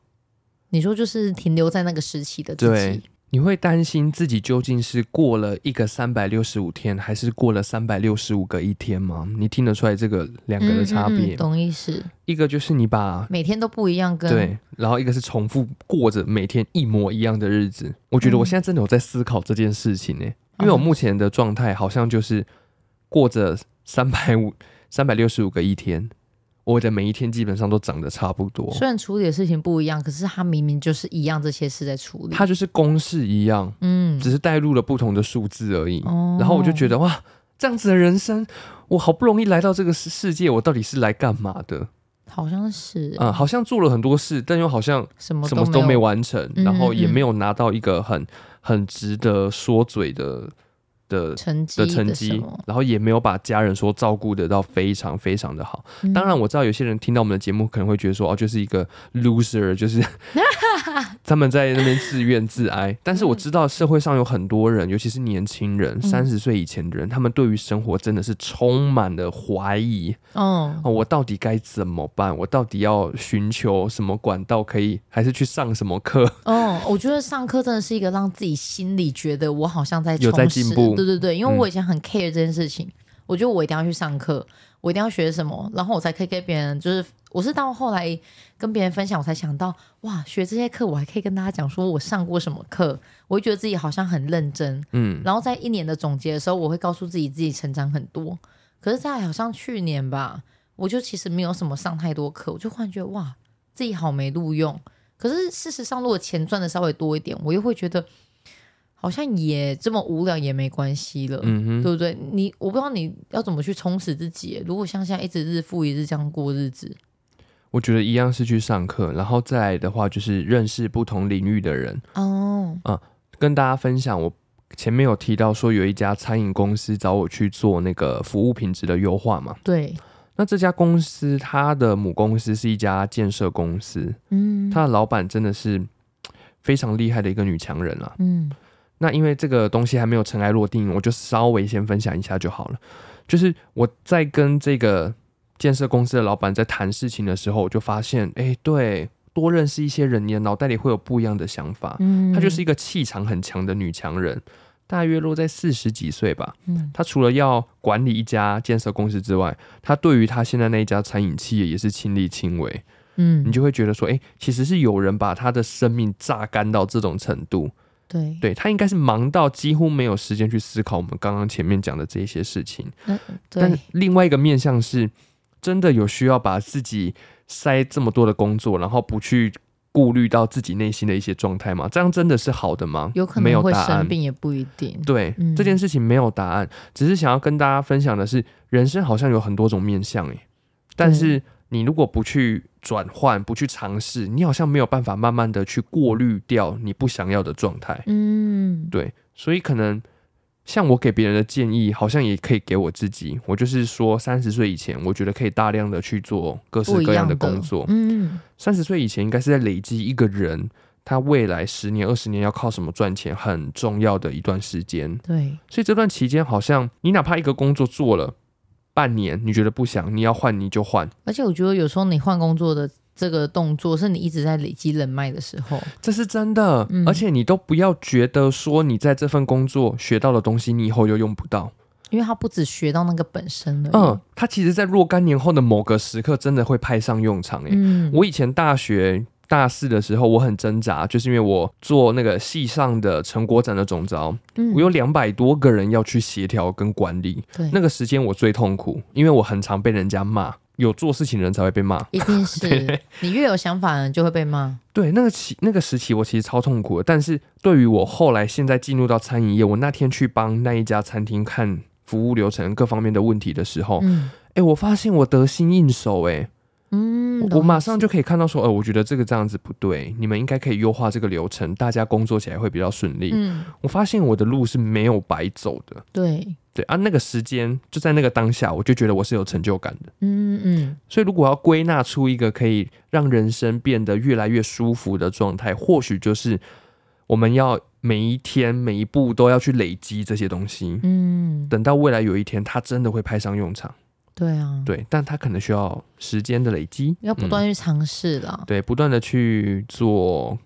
Speaker 2: 你说就是停留在那个时期的自
Speaker 1: 对
Speaker 2: 己，，
Speaker 1: 你会担心自己究竟是过了一个三百六十五天，还是过了三百六十五个一天吗？你听得出来这个两个的差
Speaker 2: 嗯嗯
Speaker 1: 别？
Speaker 2: 嗯懂意思？
Speaker 1: 一个就是你把
Speaker 2: 每天都不一样跟，
Speaker 1: 对，然后一个是重复过着每天一模一样的日子。我觉得我
Speaker 2: 嗯
Speaker 1: 现在真的有在思考这件事情呢、欸因为我
Speaker 2: 嗯
Speaker 1: 目前的状态好像就是过着三百五、三百六十五个一天，我的每一天基本上都长得差不多，
Speaker 2: 虽然处理的事情不一样，可是他明明就是一样这些事在处理。
Speaker 1: 它就是公式一样，
Speaker 2: 嗯，
Speaker 1: 只是带入了不同的数字而已。
Speaker 2: 哦
Speaker 1: 然后我就觉得哇，这样子的人生，我好不容易来到这个世世界，我到底是来干嘛的？
Speaker 2: 好像是、
Speaker 1: 啊、好像做了很多事，但又好像
Speaker 2: 什么
Speaker 1: 什么
Speaker 2: 都
Speaker 1: 都
Speaker 2: 没
Speaker 1: 没
Speaker 2: 有。
Speaker 1: 完成，
Speaker 2: 嗯
Speaker 1: 然后也
Speaker 2: 嗯
Speaker 1: 没有拿到一个很很值得说嘴的的
Speaker 2: 成绩
Speaker 1: 的成
Speaker 2: 什
Speaker 1: 绩
Speaker 2: 么，
Speaker 1: 然后也没有把家人说照顾得到非常非常的好。
Speaker 2: 嗯
Speaker 1: 当然，我知道有些人听到我们的节目可能会觉得说，哦，就是一个 loser，就是 他们在那边自怨自哀。但是我
Speaker 2: 嗯
Speaker 1: 知道社会上有很多人，尤其是年轻人，三十岁以前的人，他们对于生活真的是充满了怀疑。
Speaker 2: 嗯，
Speaker 1: 哦，我到底该怎么办？我到底要寻求什么管道可以，还是去上什么课？
Speaker 2: 哦，我觉得上课真的是一个让自己心里觉得我好像在
Speaker 1: 有在
Speaker 2: 充实
Speaker 1: 进步
Speaker 2: 对对对，因为
Speaker 1: 嗯
Speaker 2: 我以前很 care 这件事情，我觉得我一定要去上课，我一定要学什么，然后我才可以跟别人，就是我是到后来跟别人分享，我才想到哇，学这些课我还可以跟大家讲说我上过什么课，我会觉得自己好像很认真，
Speaker 1: 嗯，
Speaker 2: 然后在一年的总结的时候，我会告诉自己自己成长很多。可是，在好像去年吧，我就其实没有什么上太多课，我就忽然觉得哇，自己好没录用。可是事实上，如果钱赚的稍微多一点，我又会觉得好像也这么无聊也没关系了，
Speaker 1: 嗯哼，
Speaker 2: 对不对？你我不知道你要怎么去充实自己。如果像现在一直日复一日这样过日子，
Speaker 1: 我觉得一样是去上课，然后再来的话就是认识不同领域的人，
Speaker 2: 哦，
Speaker 1: 跟大家分享。我前面有提到说有一家餐饮公司找我去做那个服务品质的优化嘛，
Speaker 2: 对，
Speaker 1: 那这家公司它的母公司是一家建设公司，
Speaker 2: 嗯，
Speaker 1: 它的老板真的是非常厉害的一个女强人啦。
Speaker 2: 嗯
Speaker 1: 那因为这个东西还没有尘埃落定，我就稍微先分享一下就好了。就是我在跟这个建设公司的老板在谈事情的时候，我就发现，哎、对，多认识一些人，你的脑袋里会有不一样的想法。
Speaker 2: 嗯，
Speaker 1: 她就是一个气场很强的女强人，大约落在四十几岁吧。
Speaker 2: 嗯
Speaker 1: 她除了要管理一家建设公司之外，她对于她现在那一家餐饮企业也是亲力亲为。你
Speaker 2: 嗯，
Speaker 1: 就会觉得说，哎、其实是有人把她的生命榨干到这种程度。
Speaker 2: 对，
Speaker 1: 对他应该是忙到几乎没有时间去思考我们刚刚前面讲的这些事情。
Speaker 2: 嗯
Speaker 1: 但
Speaker 2: 对
Speaker 1: 是，另外一个面向是，真的有需要把自己塞这么多的工作，然后不去顾虑到自己内心的一些状态吗？这样真的是好的吗？
Speaker 2: 有可
Speaker 1: 没有
Speaker 2: 能会
Speaker 1: 答案
Speaker 2: 生。病，也不一定。
Speaker 1: 对、
Speaker 2: 嗯
Speaker 1: 这件事情没有答案，只是想要跟大家分享的是，人生好像有很多种面向欸诶，但是你如果不去转换、不去尝试，你好像没有办法慢慢的去过滤掉你不想要的状态。
Speaker 2: 嗯，
Speaker 1: 对，所以可能像我给别人的建议，好像也可以给我自己。我就是说，三十岁以前，我觉得可以大量的去做各式
Speaker 2: 不一
Speaker 1: 各样
Speaker 2: 样
Speaker 1: 的工作。
Speaker 2: 嗯，
Speaker 1: 三十岁以前，应该是在累积一个人他未来十年、二十年要靠什么赚钱，很重要的一段时间。
Speaker 2: 对，
Speaker 1: 所以这段期间，好像你哪怕一个工作做了半年，你觉得不想，你要换你就换，
Speaker 2: 而且我觉得有时候你换工作的这个动作，是你一直在累积人脉的时候。
Speaker 1: 这是真的。
Speaker 2: 嗯
Speaker 1: 而且你都不要觉得说你在这份工作学到的东西，你以后又用不到。
Speaker 2: 因为他不只学到那个本身而已
Speaker 1: 嗯，它其实，在若干年后的某个时刻，真的会派上用场。哎、
Speaker 2: 嗯，
Speaker 1: 我以前大学大四的时候，我很挣扎，就是因为我做那个系上的成果展的总招，
Speaker 2: 嗯
Speaker 1: 我有两百多个人要去协调跟管理，
Speaker 2: 对，
Speaker 1: 那个时间我最痛苦，因为我很常被人家骂，有做事情的人才会被骂。
Speaker 2: 一 定是你越有想法，你就会被骂。
Speaker 1: 对，那个期那个时期我其实超痛苦的，但是对于我后来现在进入到餐饮业，我那天去帮那一家餐厅看服务流程各方面的问题的时候，
Speaker 2: 嗯
Speaker 1: 哎、我发现我得心应手、诶哎，
Speaker 2: 嗯，
Speaker 1: 我
Speaker 2: 懂
Speaker 1: 我马上就可以看到说，呃，我觉得这个这样子不对，你们应该可以优化这个流程，大家工作起来会比较顺利。
Speaker 2: 嗯，
Speaker 1: 我发现我的路是没有白走的，
Speaker 2: 对，
Speaker 1: 对啊，那个时间就在那个当下，我就觉得我是有成就感的。
Speaker 2: 嗯嗯，
Speaker 1: 所以，如果要归纳出一个可以让人生变得越来越舒服的状态，或许就是我们要每一天每一步都要去累积这些东西。
Speaker 2: 嗯，
Speaker 1: 等到未来有一天，它真的会派上用场，
Speaker 2: 对啊，
Speaker 1: 对，但它可能需要时间的累积，
Speaker 2: 要不
Speaker 1: 嗯
Speaker 2: 断去尝试啦。
Speaker 1: 对，不断的去做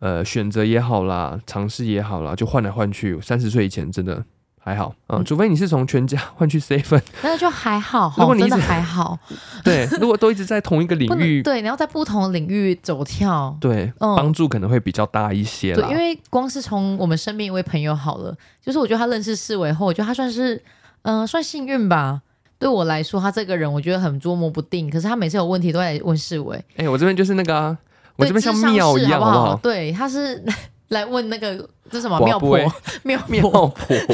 Speaker 1: 呃选择也好啦，尝试也好啦，就换来换去。三十岁以前真的还好，嗯，
Speaker 2: 嗯
Speaker 1: 除非你是从全家 换去 seven，
Speaker 2: 那就还好
Speaker 1: 如
Speaker 2: 哈，
Speaker 1: 果你
Speaker 2: 真的
Speaker 1: 一直
Speaker 2: 还好，
Speaker 1: 对，如果都一直在同一 个领
Speaker 2: 不能
Speaker 1: 域，
Speaker 2: 对，你要在不同的领域走跳。
Speaker 1: 对，
Speaker 2: 嗯
Speaker 1: 帮助可能会比较大一些
Speaker 2: 对
Speaker 1: 啦，。
Speaker 2: 因为光是从我们身边一位朋友好了，就是我觉得他认识世伟后，我觉得他算是，嗯、算幸运吧。对我来说，他这个人我觉得很捉摸不定，可是他每次有问题都来问世伟，
Speaker 1: 哎、我这边就是那个、啊，我
Speaker 2: 对，
Speaker 1: 这边像
Speaker 2: 智商
Speaker 1: 庙
Speaker 2: 是
Speaker 1: 一样，
Speaker 2: 好
Speaker 1: 好不
Speaker 2: 好？
Speaker 1: 好？
Speaker 2: 对，他是 来问那个这什么
Speaker 1: 寡
Speaker 2: 庙
Speaker 1: 妇
Speaker 2: 婆
Speaker 1: 欸、
Speaker 2: 庙
Speaker 1: 庙
Speaker 2: 婆、
Speaker 1: 婆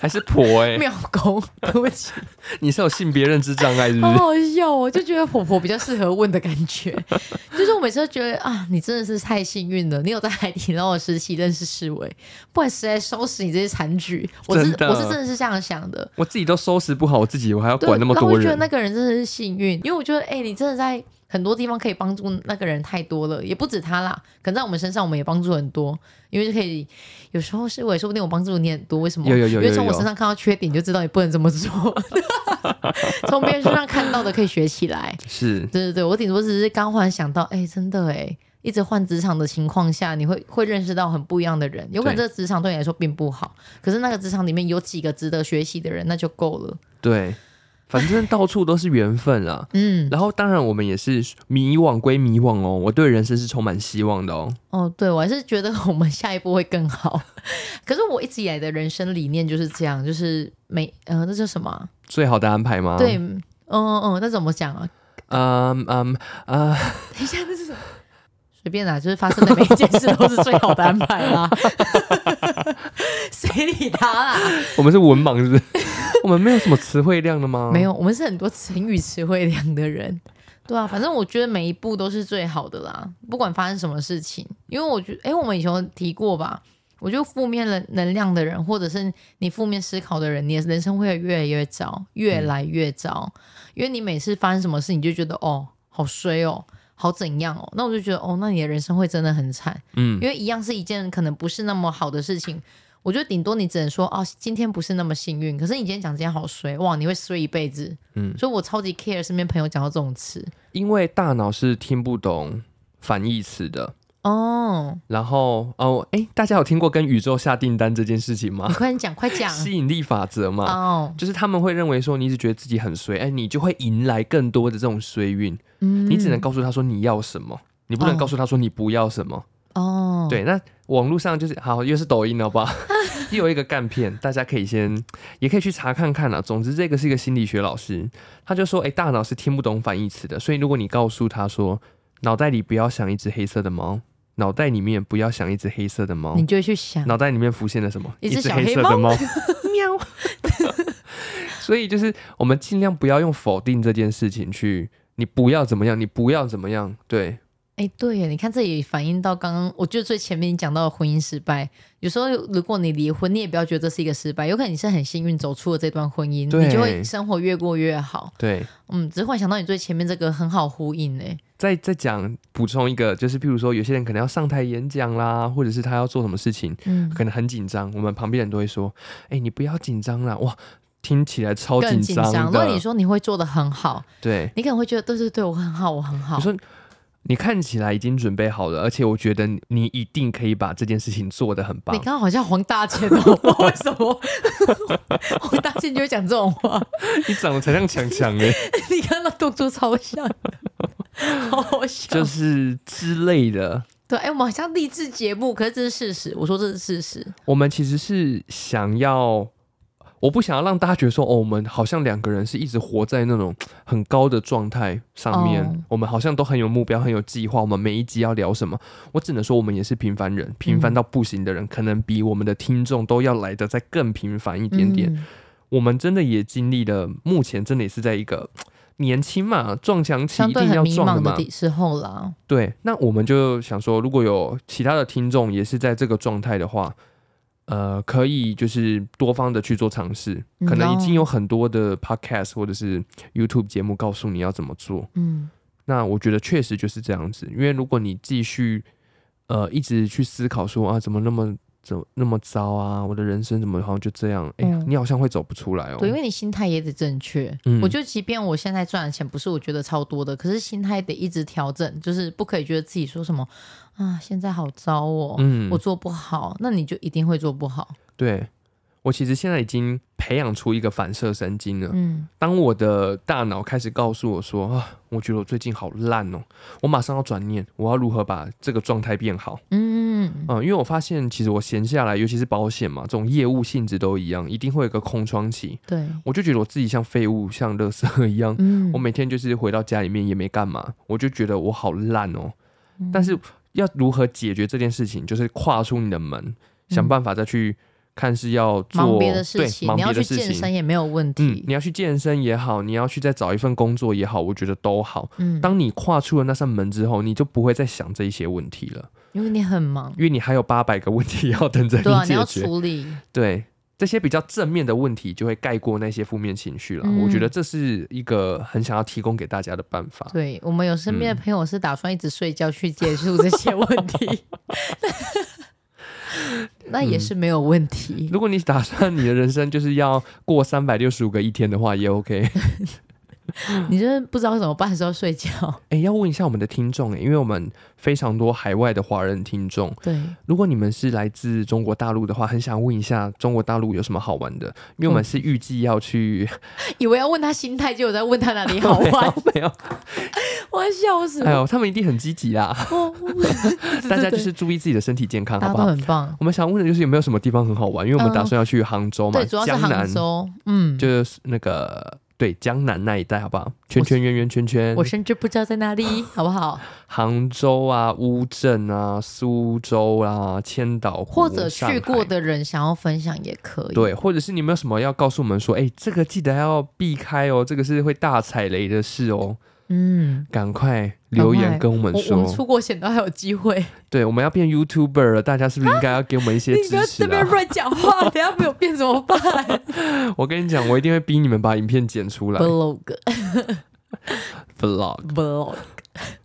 Speaker 1: 还是婆、哎，
Speaker 2: 庙公，对不起，
Speaker 1: 你是有性别认知障碍是不
Speaker 2: 好
Speaker 1: 是？
Speaker 2: 好笑哦！就觉得婆婆比较适合问的感觉， 就是我每次都觉得啊，你真的是太幸运了，你有在海底捞的时期认识世伟，不然谁来收拾你这些残局？我是
Speaker 1: 真的
Speaker 2: 我是真的是这样想的，
Speaker 1: 我自己都收拾不好，我自己我还要
Speaker 2: 对，
Speaker 1: 管那么
Speaker 2: 然后
Speaker 1: 多
Speaker 2: 我就觉得
Speaker 1: 人，
Speaker 2: 那个人真的是幸运，因为我觉得哎、你真的在很多地方可以帮助那个人太多了，也不止他啦，可能在我们身上我们也帮助很多，因为就可以有时候世伟说不定我帮助你很多，为什么？
Speaker 1: 有有有有
Speaker 2: 因为从我
Speaker 1: 有
Speaker 2: 身上看到缺点，你就知道你不能这么做， 从别人身上看到的可以学起来。
Speaker 1: 是
Speaker 2: 对对对，我顶多只是刚忽然想到，哎、真的哎，一直换职场的情况下，你会会认识到很不一样的人。有可能
Speaker 1: 对
Speaker 2: 这个职场对你来说并不好，可是那个职场里面有几个值得学习的人，那就够了。
Speaker 1: 对，反正到处都是缘分啊。
Speaker 2: 嗯，
Speaker 1: 然后，当然我们也是迷惘归迷惘哦，我对人生是充满希望的哦。
Speaker 2: 哦，对我还是觉得我们下一步会更好。 可是我一直以来的人生理念就是这样，就是每呃，那叫什么啊？
Speaker 1: 最好的安排吗？
Speaker 2: 对，，嗯嗯嗯，那怎么讲啊？
Speaker 1: 嗯嗯 啊，
Speaker 2: 等一下，那是什么？随便啦，就是发生的每一件事都是最好的安排啦， 谁理他啦？
Speaker 1: 我们是文盲是不是？ 我们没有什么词汇量的吗？
Speaker 2: 没有，我们是很多成语词汇量的人。 对啊，反正我觉得每一步都是最好的啦，不管发生什么事情，因为我觉得，哎，我们以前有提过吧，我觉得负面能能量的人，或者是你负面思考的人，你的人生会越来越糟，越来越糟，因为你每次发生什么事，你就觉得哦，好衰哦，好怎样哦，那我就觉得哦，那你的人生会真的很惨，
Speaker 1: 嗯，
Speaker 2: 因为一样是一件可能不是那么好的事情，我觉得顶多你只能说哦，今天不是那么幸运，可是你今天讲今天好衰，哇，你会衰一辈子。
Speaker 1: 嗯
Speaker 2: 所以我超级 care 身边朋友讲到这种词
Speaker 1: 因为大脑是听不懂反义词的。
Speaker 2: 哦，
Speaker 1: 然后哦，哎，大家有听过跟宇宙下订单这件事情 吗
Speaker 2: 你？快点讲，快 讲
Speaker 1: 吸引力法则嘛，
Speaker 2: 哦，
Speaker 1: 就是他们会认为说，你一直觉得自己很衰，哎，你就会迎来更多的这种衰运。
Speaker 2: 嗯
Speaker 1: 你只能告诉他说你要什么，你不能告诉他说你不要什么。
Speaker 2: 哦，，
Speaker 1: 对，那网络上就是好，又是抖音了 吧？又有一个干片，大家可以先也可以去查看看啊。总之，这个是一个心理学老师，他就说，哎、大脑是听不懂反义词的，所以如果你告诉他说，脑袋里不要想一只黑色的猫，脑袋里面不要想一只黑色的猫
Speaker 2: 你，就会去想，
Speaker 1: 脑袋里面浮现了什么？
Speaker 2: 嗯一只
Speaker 1: 只
Speaker 2: 小
Speaker 1: 黑
Speaker 2: 黑
Speaker 1: 色的
Speaker 2: 猫
Speaker 1: 猫， 喵。所以就是我们尽量不要用否定这件事情去，你不要怎么样，你不要怎么样，对，
Speaker 2: 哎，对耶，你看这也反映到刚刚，我觉得最前面你讲到的婚姻失败，有时候如果你离婚，你也不要觉得这是一个失败，有可能你是很幸运走出了这段婚姻，
Speaker 1: 对
Speaker 2: 你就会生活越过越好。
Speaker 1: 对，
Speaker 2: 嗯，只是忽然想到你最前面这个很好呼应哎，
Speaker 1: 再再讲补充一个，就是譬如说，有些人可能要上台演讲啦，或者是他要做什么事情，
Speaker 2: 嗯，
Speaker 1: 可能很紧张，我们旁边人都会说：“哎、你不要紧张啦！”哇，听起来超
Speaker 2: 更紧张。
Speaker 1: 张
Speaker 2: 如果你
Speaker 1: 的。
Speaker 2: 说你会做的很好，
Speaker 1: 对，
Speaker 2: 你可能会觉得对对对，我很好，我很好
Speaker 1: 你。说你看起来已经准备好了，而且我觉得你你一定可以把这件事情做得很
Speaker 2: 你
Speaker 1: 棒。
Speaker 2: 刚刚好像黄大千哦， 不知道为什么黄大千就会讲这种话，
Speaker 1: 你长得才像强强 哎，
Speaker 2: 你看他动作超像的，好好笑。
Speaker 1: 就是之类的。
Speaker 2: 对，哎、我们好像励志节目，可是这是事实，我说这是事实。
Speaker 1: 我们其实是想要，我不想要让大家觉得说，哦，我们好像两个人是一直活在那种很高的状态上面，
Speaker 2: 哦
Speaker 1: 我们好像都很有目标，很有计划，我们每一集要聊什么。我只能说，我们也是平凡人，平凡到不行的人，可能比我们的听众都要来的再更平凡一点点。
Speaker 2: 嗯
Speaker 1: 我们真的也经历了，目前真的也是在一个嗯年轻嘛，撞墙期
Speaker 2: 相
Speaker 1: 一
Speaker 2: 对
Speaker 1: 定
Speaker 2: 很
Speaker 1: 要
Speaker 2: 迷
Speaker 1: 撞
Speaker 2: 茫
Speaker 1: 嘛
Speaker 2: 的。地时候啦，
Speaker 1: 对，那我们就想说，如果有其他的听众也是在这个状态的话，呃，可以就是多方的去做尝试，
Speaker 2: 嗯
Speaker 1: 可能已
Speaker 2: 哦
Speaker 1: 经有很多的 podcast 或者是 YouTube 节目告诉你要怎么做。
Speaker 2: 嗯
Speaker 1: 那我觉得确实就是这样子，因为如果你继续呃一直去思考说啊，怎么那么怎么那么糟啊，我的人生怎么好像就这样，哎、
Speaker 2: 嗯
Speaker 1: 你好像会走不出来哦。
Speaker 2: 对，因为你心态也得正确。
Speaker 1: 嗯
Speaker 2: 我觉得，即便我现在赚的钱不是我觉得超多的，可是心态得一直调整，就是不可以觉得自己说什么啊，现在好糟哦，
Speaker 1: 嗯
Speaker 2: 我做不好，那你就一定会做不好。
Speaker 1: 对我其实现在已经培养出一个反射神经了。
Speaker 2: 嗯，
Speaker 1: 当我的大脑开始告诉我说啊，我觉得我最近好烂哦，我马上要转念，我要如何把这个状态变好？
Speaker 2: 嗯，
Speaker 1: 嗯，因为我发现其实我闲下来，尤其是保险嘛，这种业务性质都一样，一定会有一个空窗期。
Speaker 2: 对，
Speaker 1: 我就觉得我自己像废物，像垃圾一样。
Speaker 2: 嗯
Speaker 1: 我每天就是回到家里面也没干嘛，我就觉得我好烂哦。
Speaker 2: 嗯
Speaker 1: 但是要如何解决这件事情，就是跨出你的门，想办法再去看是要做
Speaker 2: 忙别的
Speaker 1: 对
Speaker 2: 事情，
Speaker 1: 忙
Speaker 2: 你要
Speaker 1: 别
Speaker 2: 去
Speaker 1: 的事
Speaker 2: 健身
Speaker 1: 情。
Speaker 2: 也没有问
Speaker 1: 嗯
Speaker 2: 题，。
Speaker 1: 你要去健身也好，你要去再找一份工作也好，我觉得都好。
Speaker 2: 嗯，
Speaker 1: 当你跨出了那扇门之后，你就不会再想这一些问题了，
Speaker 2: 因为你 很忙，
Speaker 1: 因为你还有八百个问题要等着
Speaker 2: 对啊，
Speaker 1: 你
Speaker 2: 你要
Speaker 1: 解啊决。
Speaker 2: 处理。
Speaker 1: 对，这些比较正面的问题就会盖过那些负面情绪了。
Speaker 2: 嗯
Speaker 1: 我觉得这是一个很想要提供给大家的办法。
Speaker 2: 对我们有身
Speaker 1: 嗯
Speaker 2: 边的朋友是打算一直睡觉去结束这些问题， 那
Speaker 1: 嗯
Speaker 2: 也是没有问题。
Speaker 1: 如果你打算你的人生就是要过三百六十五个一天的话，也 OK。
Speaker 2: 你就是不知道怎么办的时候睡觉，
Speaker 1: 哎，要问一下我们的听众哎，因为我们非常多海外的华人听众，
Speaker 2: 对，
Speaker 1: 如果你们是来自中国大陆的话，很想问一下中国大陆有什么好玩的？因为我们是预计要去，
Speaker 2: 以为要问他心态，结果在问他哪里好
Speaker 1: 没
Speaker 2: 玩
Speaker 1: 有，没有，
Speaker 2: 我要笑死
Speaker 1: 啊哎
Speaker 2: 了。
Speaker 1: 呦，他们一定很积极啦！
Speaker 2: 哦
Speaker 1: 大家就是注意自己的身体健康，
Speaker 2: 大
Speaker 1: 好
Speaker 2: 家
Speaker 1: 不
Speaker 2: 都
Speaker 1: 好？
Speaker 2: 很棒，
Speaker 1: 我们想问的就是有没有什么地方很好玩？因为我们
Speaker 2: 嗯
Speaker 1: 打算要去杭州嘛，
Speaker 2: 对，主要是
Speaker 1: 江南
Speaker 2: 杭，州，嗯，
Speaker 1: 就是那个对江南那一带，好不好？圈圈圆圆圈圈
Speaker 2: 我，甚至不知道在哪里，好不好？
Speaker 1: 杭州啊、乌镇啊、苏州啊、千岛湖，
Speaker 2: 或者
Speaker 1: 上海
Speaker 2: 去过。的人想要分享也可以。
Speaker 1: 对，或者是你们有什么要告诉我们说，哎、这个记得要避开哦，这个是会大踩雷的事哦，
Speaker 2: 嗯，
Speaker 1: 赶快留言跟我们
Speaker 2: 我我
Speaker 1: 说。
Speaker 2: 们出国险都还有机会，
Speaker 1: 对，我们要变 YouTuber 了，大家是不是应该要给我们一些
Speaker 2: 你不要
Speaker 1: 支持
Speaker 2: 这边
Speaker 1: 啊？
Speaker 2: 乱讲话，等下没有变怎么办
Speaker 1: 我跟你讲，我一定会逼你们把影片剪出来
Speaker 2: ？Blog
Speaker 1: vlog。
Speaker 2: blog，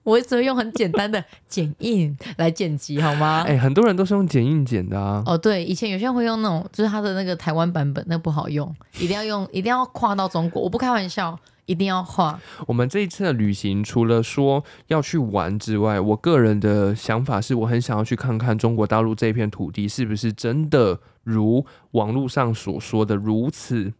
Speaker 2: 我只会用很简单的剪映来剪辑，好吗？
Speaker 1: 哎、很多人都是用剪映剪的啊。
Speaker 2: 哦，对，以前有些人会用那种，就是他的那个台湾版本，那不好用，一定要用，一定要跨到中国。我不开玩笑，一定要跨。
Speaker 1: 我们这一次的旅行，除了说要去玩之外，我个人的想法是我很想要去看看中国大陆这片土地是不是真的如网络上所说的如此，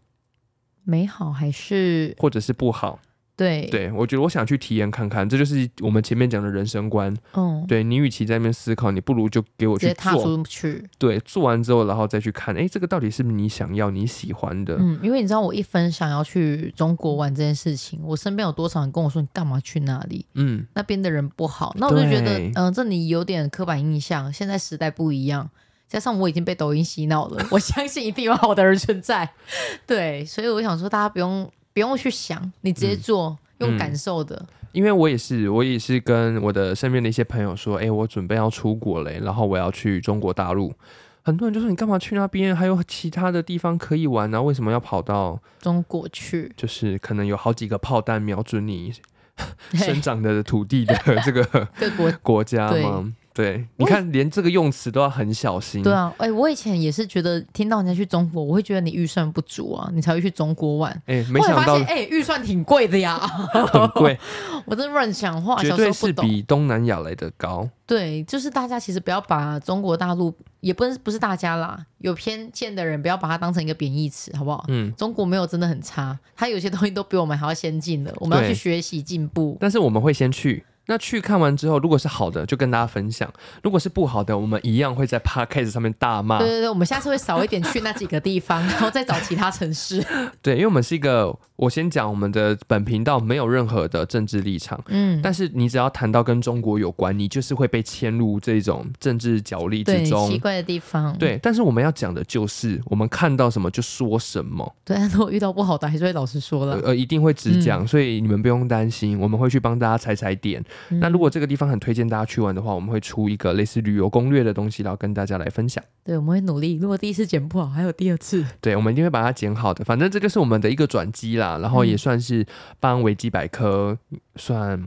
Speaker 2: 美好还是
Speaker 1: 或者是不好。
Speaker 2: 对，
Speaker 1: 对我觉得我想去体验看看，这就是我们前面讲的人生观。
Speaker 2: 嗯，
Speaker 1: 对你，与其在那边思考，你不如就给我去
Speaker 2: 直接踏
Speaker 1: 做。
Speaker 2: 出去。
Speaker 1: 对，做完之后，然后再去看，哎，这个到底是不是你想要、你喜欢的？
Speaker 2: 嗯，因为你知道，我一分想要去中国玩这件事情，我身边有多少人跟我说你干嘛去那里？
Speaker 1: 嗯
Speaker 2: 那边的人不好，那我就觉得，
Speaker 1: 对
Speaker 2: 嗯、这里有点刻板印象。现在时代不一样，加上我已经被抖音洗脑了，我相信一定有好的人存在。对，所以我想说，大家不用不用去想，你
Speaker 1: 嗯
Speaker 2: 直接做，用感受的。
Speaker 1: 因为我也是，我也是跟我的身边的一些朋友说，哎、我准备要出国嘞，然后我要去中国大陆。很多人就说你干嘛去那边？还有其他的地方可以玩啊？为什么要跑到
Speaker 2: 中国去，
Speaker 1: 就是可能有好几个炮弹瞄准你 生
Speaker 2: 嘿
Speaker 1: 长的土地的这个
Speaker 2: 各国
Speaker 1: 国家吗？对，你看连这个用词都要很小心。
Speaker 2: 对啊，哎、我以前也是觉得听到人家去中国，我会觉得你预算不足啊，你才会去中国玩。
Speaker 1: 哎、没
Speaker 2: 后来
Speaker 1: 想
Speaker 2: 发
Speaker 1: 到
Speaker 2: 现，哎、预算挺贵的呀，
Speaker 1: 很贵，
Speaker 2: 我真的乱讲话，
Speaker 1: 绝
Speaker 2: 小时
Speaker 1: 对
Speaker 2: 候
Speaker 1: 是
Speaker 2: 不懂。
Speaker 1: 比东南亚来的高。
Speaker 2: 对，就是大家其实不要把中国大陆，也不是不是大家啦，有偏见的人不要把它当成一个贬义词，好不好？
Speaker 1: 嗯，
Speaker 2: 中国没有真的很差，它有些东西都比我们还要先进的，我们要
Speaker 1: 对
Speaker 2: 去学习进步。
Speaker 1: 但是我们会先去。那去看完之后，如果是好的，就跟大家分享；如果是不好的，我们一样会在 podcast 上面大骂。
Speaker 2: 对对对，我们下次会少一点去那几个地方，然后再找其他城市。
Speaker 1: 对，因为我们是一个我先讲我们的本频道没有任何的政治立场，
Speaker 2: 嗯，
Speaker 1: 但是你只要谈到跟中国有关，你就是会被牵入这种政治角力
Speaker 2: 对
Speaker 1: 之
Speaker 2: 奇
Speaker 1: 中。
Speaker 2: 怪的地方，
Speaker 1: 对，但是我们要讲的就是，我们看到什么就说什么，
Speaker 2: 对，但是我遇到不好的还是会老实说了。
Speaker 1: 呃，一定会只讲，
Speaker 2: 嗯
Speaker 1: 所以你们不用担心，我们会去帮大家踩踩点。
Speaker 2: 嗯
Speaker 1: 那如果这个地方很推荐大家去玩的话，我们会出一个类似旅游攻略的东西，然后跟大家来分享。
Speaker 2: 对，我们会努力。如果第一次剪不好，还有第二次。
Speaker 1: 对，我们一定会把它剪好的。反正这就是我们的一个转机啦，然后也
Speaker 2: 嗯
Speaker 1: 算是帮维基百科算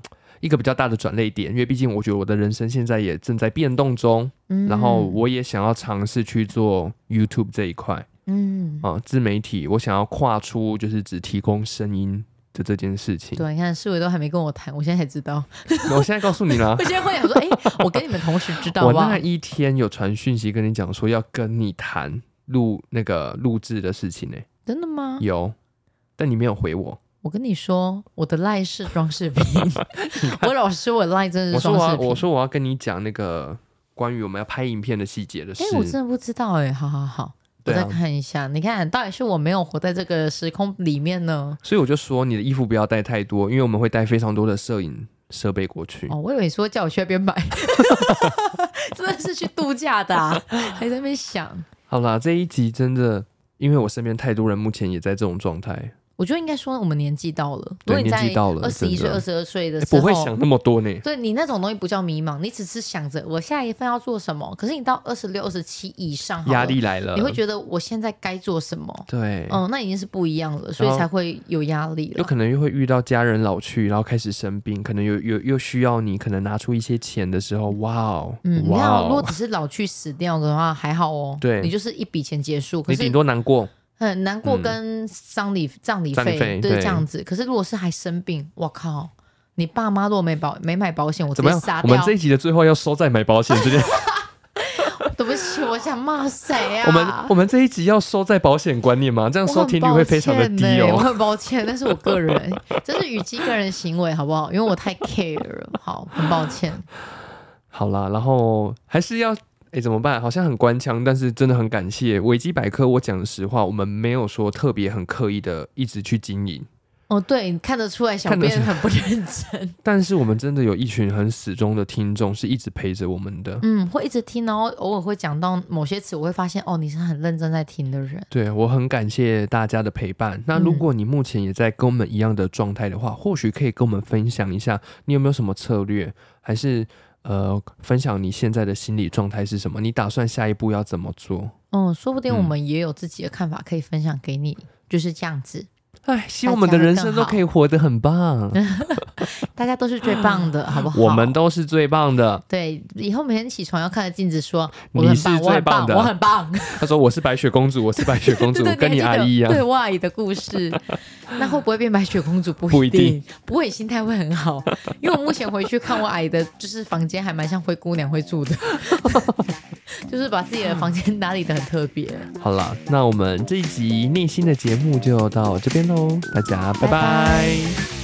Speaker 1: 一个比较大的转类点，因为毕竟我觉得我的人生现在也正在变动中，
Speaker 2: 嗯，
Speaker 1: 然后，我也想要尝试去做 YouTube 这一块
Speaker 2: 嗯，
Speaker 1: 啊、自媒体，我想要跨出就是只提供声音的这件事情。
Speaker 2: 对，你看世伟都还没跟我谈，我现在才知道。
Speaker 1: 那 我现在告诉你啦
Speaker 2: 我，现 在会想说，哎、我跟你们同时知道
Speaker 1: 我
Speaker 2: 吧
Speaker 1: 那？一天有传讯息跟你讲说要跟你谈录那个录制的事情呢、欸
Speaker 2: 真的吗？
Speaker 1: 有，但你没有回我。
Speaker 2: 我跟你说，我的赖是装饰 品。我老师，我赖真的
Speaker 1: 我
Speaker 2: 是
Speaker 1: 说
Speaker 2: 装
Speaker 1: 我要
Speaker 2: 饰品。
Speaker 1: 我说我要跟你讲那个关于我们要拍影片的细节的事
Speaker 2: 哎、。我真的不知道哎、好好好，我
Speaker 1: 对
Speaker 2: 再
Speaker 1: 啊，
Speaker 2: 看一下。你看，到底是我没有活在这个时空里面呢？
Speaker 1: 所以我就说你的衣服不要带太多，因为我们会带非常多的摄影设备过去。
Speaker 2: 哦，我以为你说叫我去那边买， 真的是去度假的、 啊，还在那边想。
Speaker 1: 好啦，这一集真的，因为我身边太多人目前也在这种状态，
Speaker 2: 我觉得应该说我们年纪到了，如
Speaker 1: 对
Speaker 2: 果你在
Speaker 1: 年纪到了
Speaker 2: 二十一岁、
Speaker 1: 真
Speaker 2: 二
Speaker 1: 的
Speaker 2: 十二岁的
Speaker 1: 诶
Speaker 2: 时候，
Speaker 1: 不会想那么多呢。
Speaker 2: 对你那种东西不叫迷茫，你只是想着我下一份要做什么。可是你到二十六、二十七以上好了，
Speaker 1: 压力来了，
Speaker 2: 你会觉得我现在该做什么？
Speaker 1: 对，
Speaker 2: 嗯，那已经是不一样了，所以
Speaker 1: 然后
Speaker 2: 才会有压力
Speaker 1: 有
Speaker 2: 了。
Speaker 1: 可能又会遇到家人老去，然后开始生病，可能又又又需要你可能拿出一些钱的时候，哇哦，
Speaker 2: 嗯，你
Speaker 1: 哇
Speaker 2: 看，如果
Speaker 1: 哦，
Speaker 2: 只是老去死掉的话，还好哦。
Speaker 1: 对
Speaker 2: 你就是一笔钱结束，可
Speaker 1: 你
Speaker 2: 是
Speaker 1: 顶多难过，
Speaker 2: 很难过
Speaker 1: 嗯
Speaker 2: 跟丧礼、葬礼
Speaker 1: 葬嗯礼
Speaker 2: 费
Speaker 1: 费
Speaker 2: 对
Speaker 1: 对
Speaker 2: 这样子。可是如果是还生病，我靠！你爸妈如果没保没买保险，我直
Speaker 1: 怎么
Speaker 2: 接
Speaker 1: 样
Speaker 2: 杀？
Speaker 1: 我们
Speaker 2: 掉
Speaker 1: 这。一集的最后要收在买保险这件
Speaker 2: 对不起，我想骂谁啊？
Speaker 1: 我们我们这一集要收在保险观念吗？这样收听率会非常的低
Speaker 2: 我
Speaker 1: 哦。
Speaker 2: 很抱歉欸，我很抱歉，但是我个人这是与其个人行为，好不好？因为我太 care 了，好，很抱歉。
Speaker 1: 好啦，然后还是要哎怎么办？好像很官腔，但是真的很感谢维基百科。我讲实话，我们没有说特别很刻意的一直去经营，
Speaker 2: 哦，对，你看得出来，小
Speaker 1: 看得
Speaker 2: 编很不认真，
Speaker 1: 但是我们真的有一群很死忠的听众，是一直陪着我们的。
Speaker 2: 嗯，会一直听，然后偶尔会讲到某些词，我会发现哦，你是很认真在听的人，
Speaker 1: 对我很感谢大家的陪伴。那
Speaker 2: 嗯
Speaker 1: 如果你目前也在跟我们一样的状态的话，或许可以跟我们分享一下，你有没有什么策略，还是呃，分享你现在的心理状态是什么？你打算下一步要怎么做？
Speaker 2: 嗯，说不定我
Speaker 1: 嗯
Speaker 2: 们也有自己的看法可以分享给你，就是这样子，
Speaker 1: 哎，希望我们的人生都可以活得很棒，
Speaker 2: 大家都是最棒的，好不好？
Speaker 1: 我们都是最棒的。
Speaker 2: 对，以后每天起床要看着镜子说， 我
Speaker 1: 你
Speaker 2: 很
Speaker 1: 是
Speaker 2: 棒，我
Speaker 1: 最
Speaker 2: 很
Speaker 1: 棒
Speaker 2: 棒，
Speaker 1: 的
Speaker 2: 我很棒。
Speaker 1: 他说我是白雪公主，我是白雪公主，
Speaker 2: 对对
Speaker 1: 跟你阿
Speaker 2: 还记得
Speaker 1: 姨一啊样
Speaker 2: 对。我阿姨的故 事，那会不会变白雪公主不
Speaker 1: 不
Speaker 2: 一
Speaker 1: 一
Speaker 2: 定
Speaker 1: 定，
Speaker 2: 不过也心态会很好，因为我目前回去看我阿姨的，就是房间还蛮像灰姑娘会住 的，就是把自己的房间打理的很特别。
Speaker 1: 好啦，那我们这一集内心的节目就到这边喽，大家拜
Speaker 2: 拜
Speaker 1: 拜
Speaker 2: 拜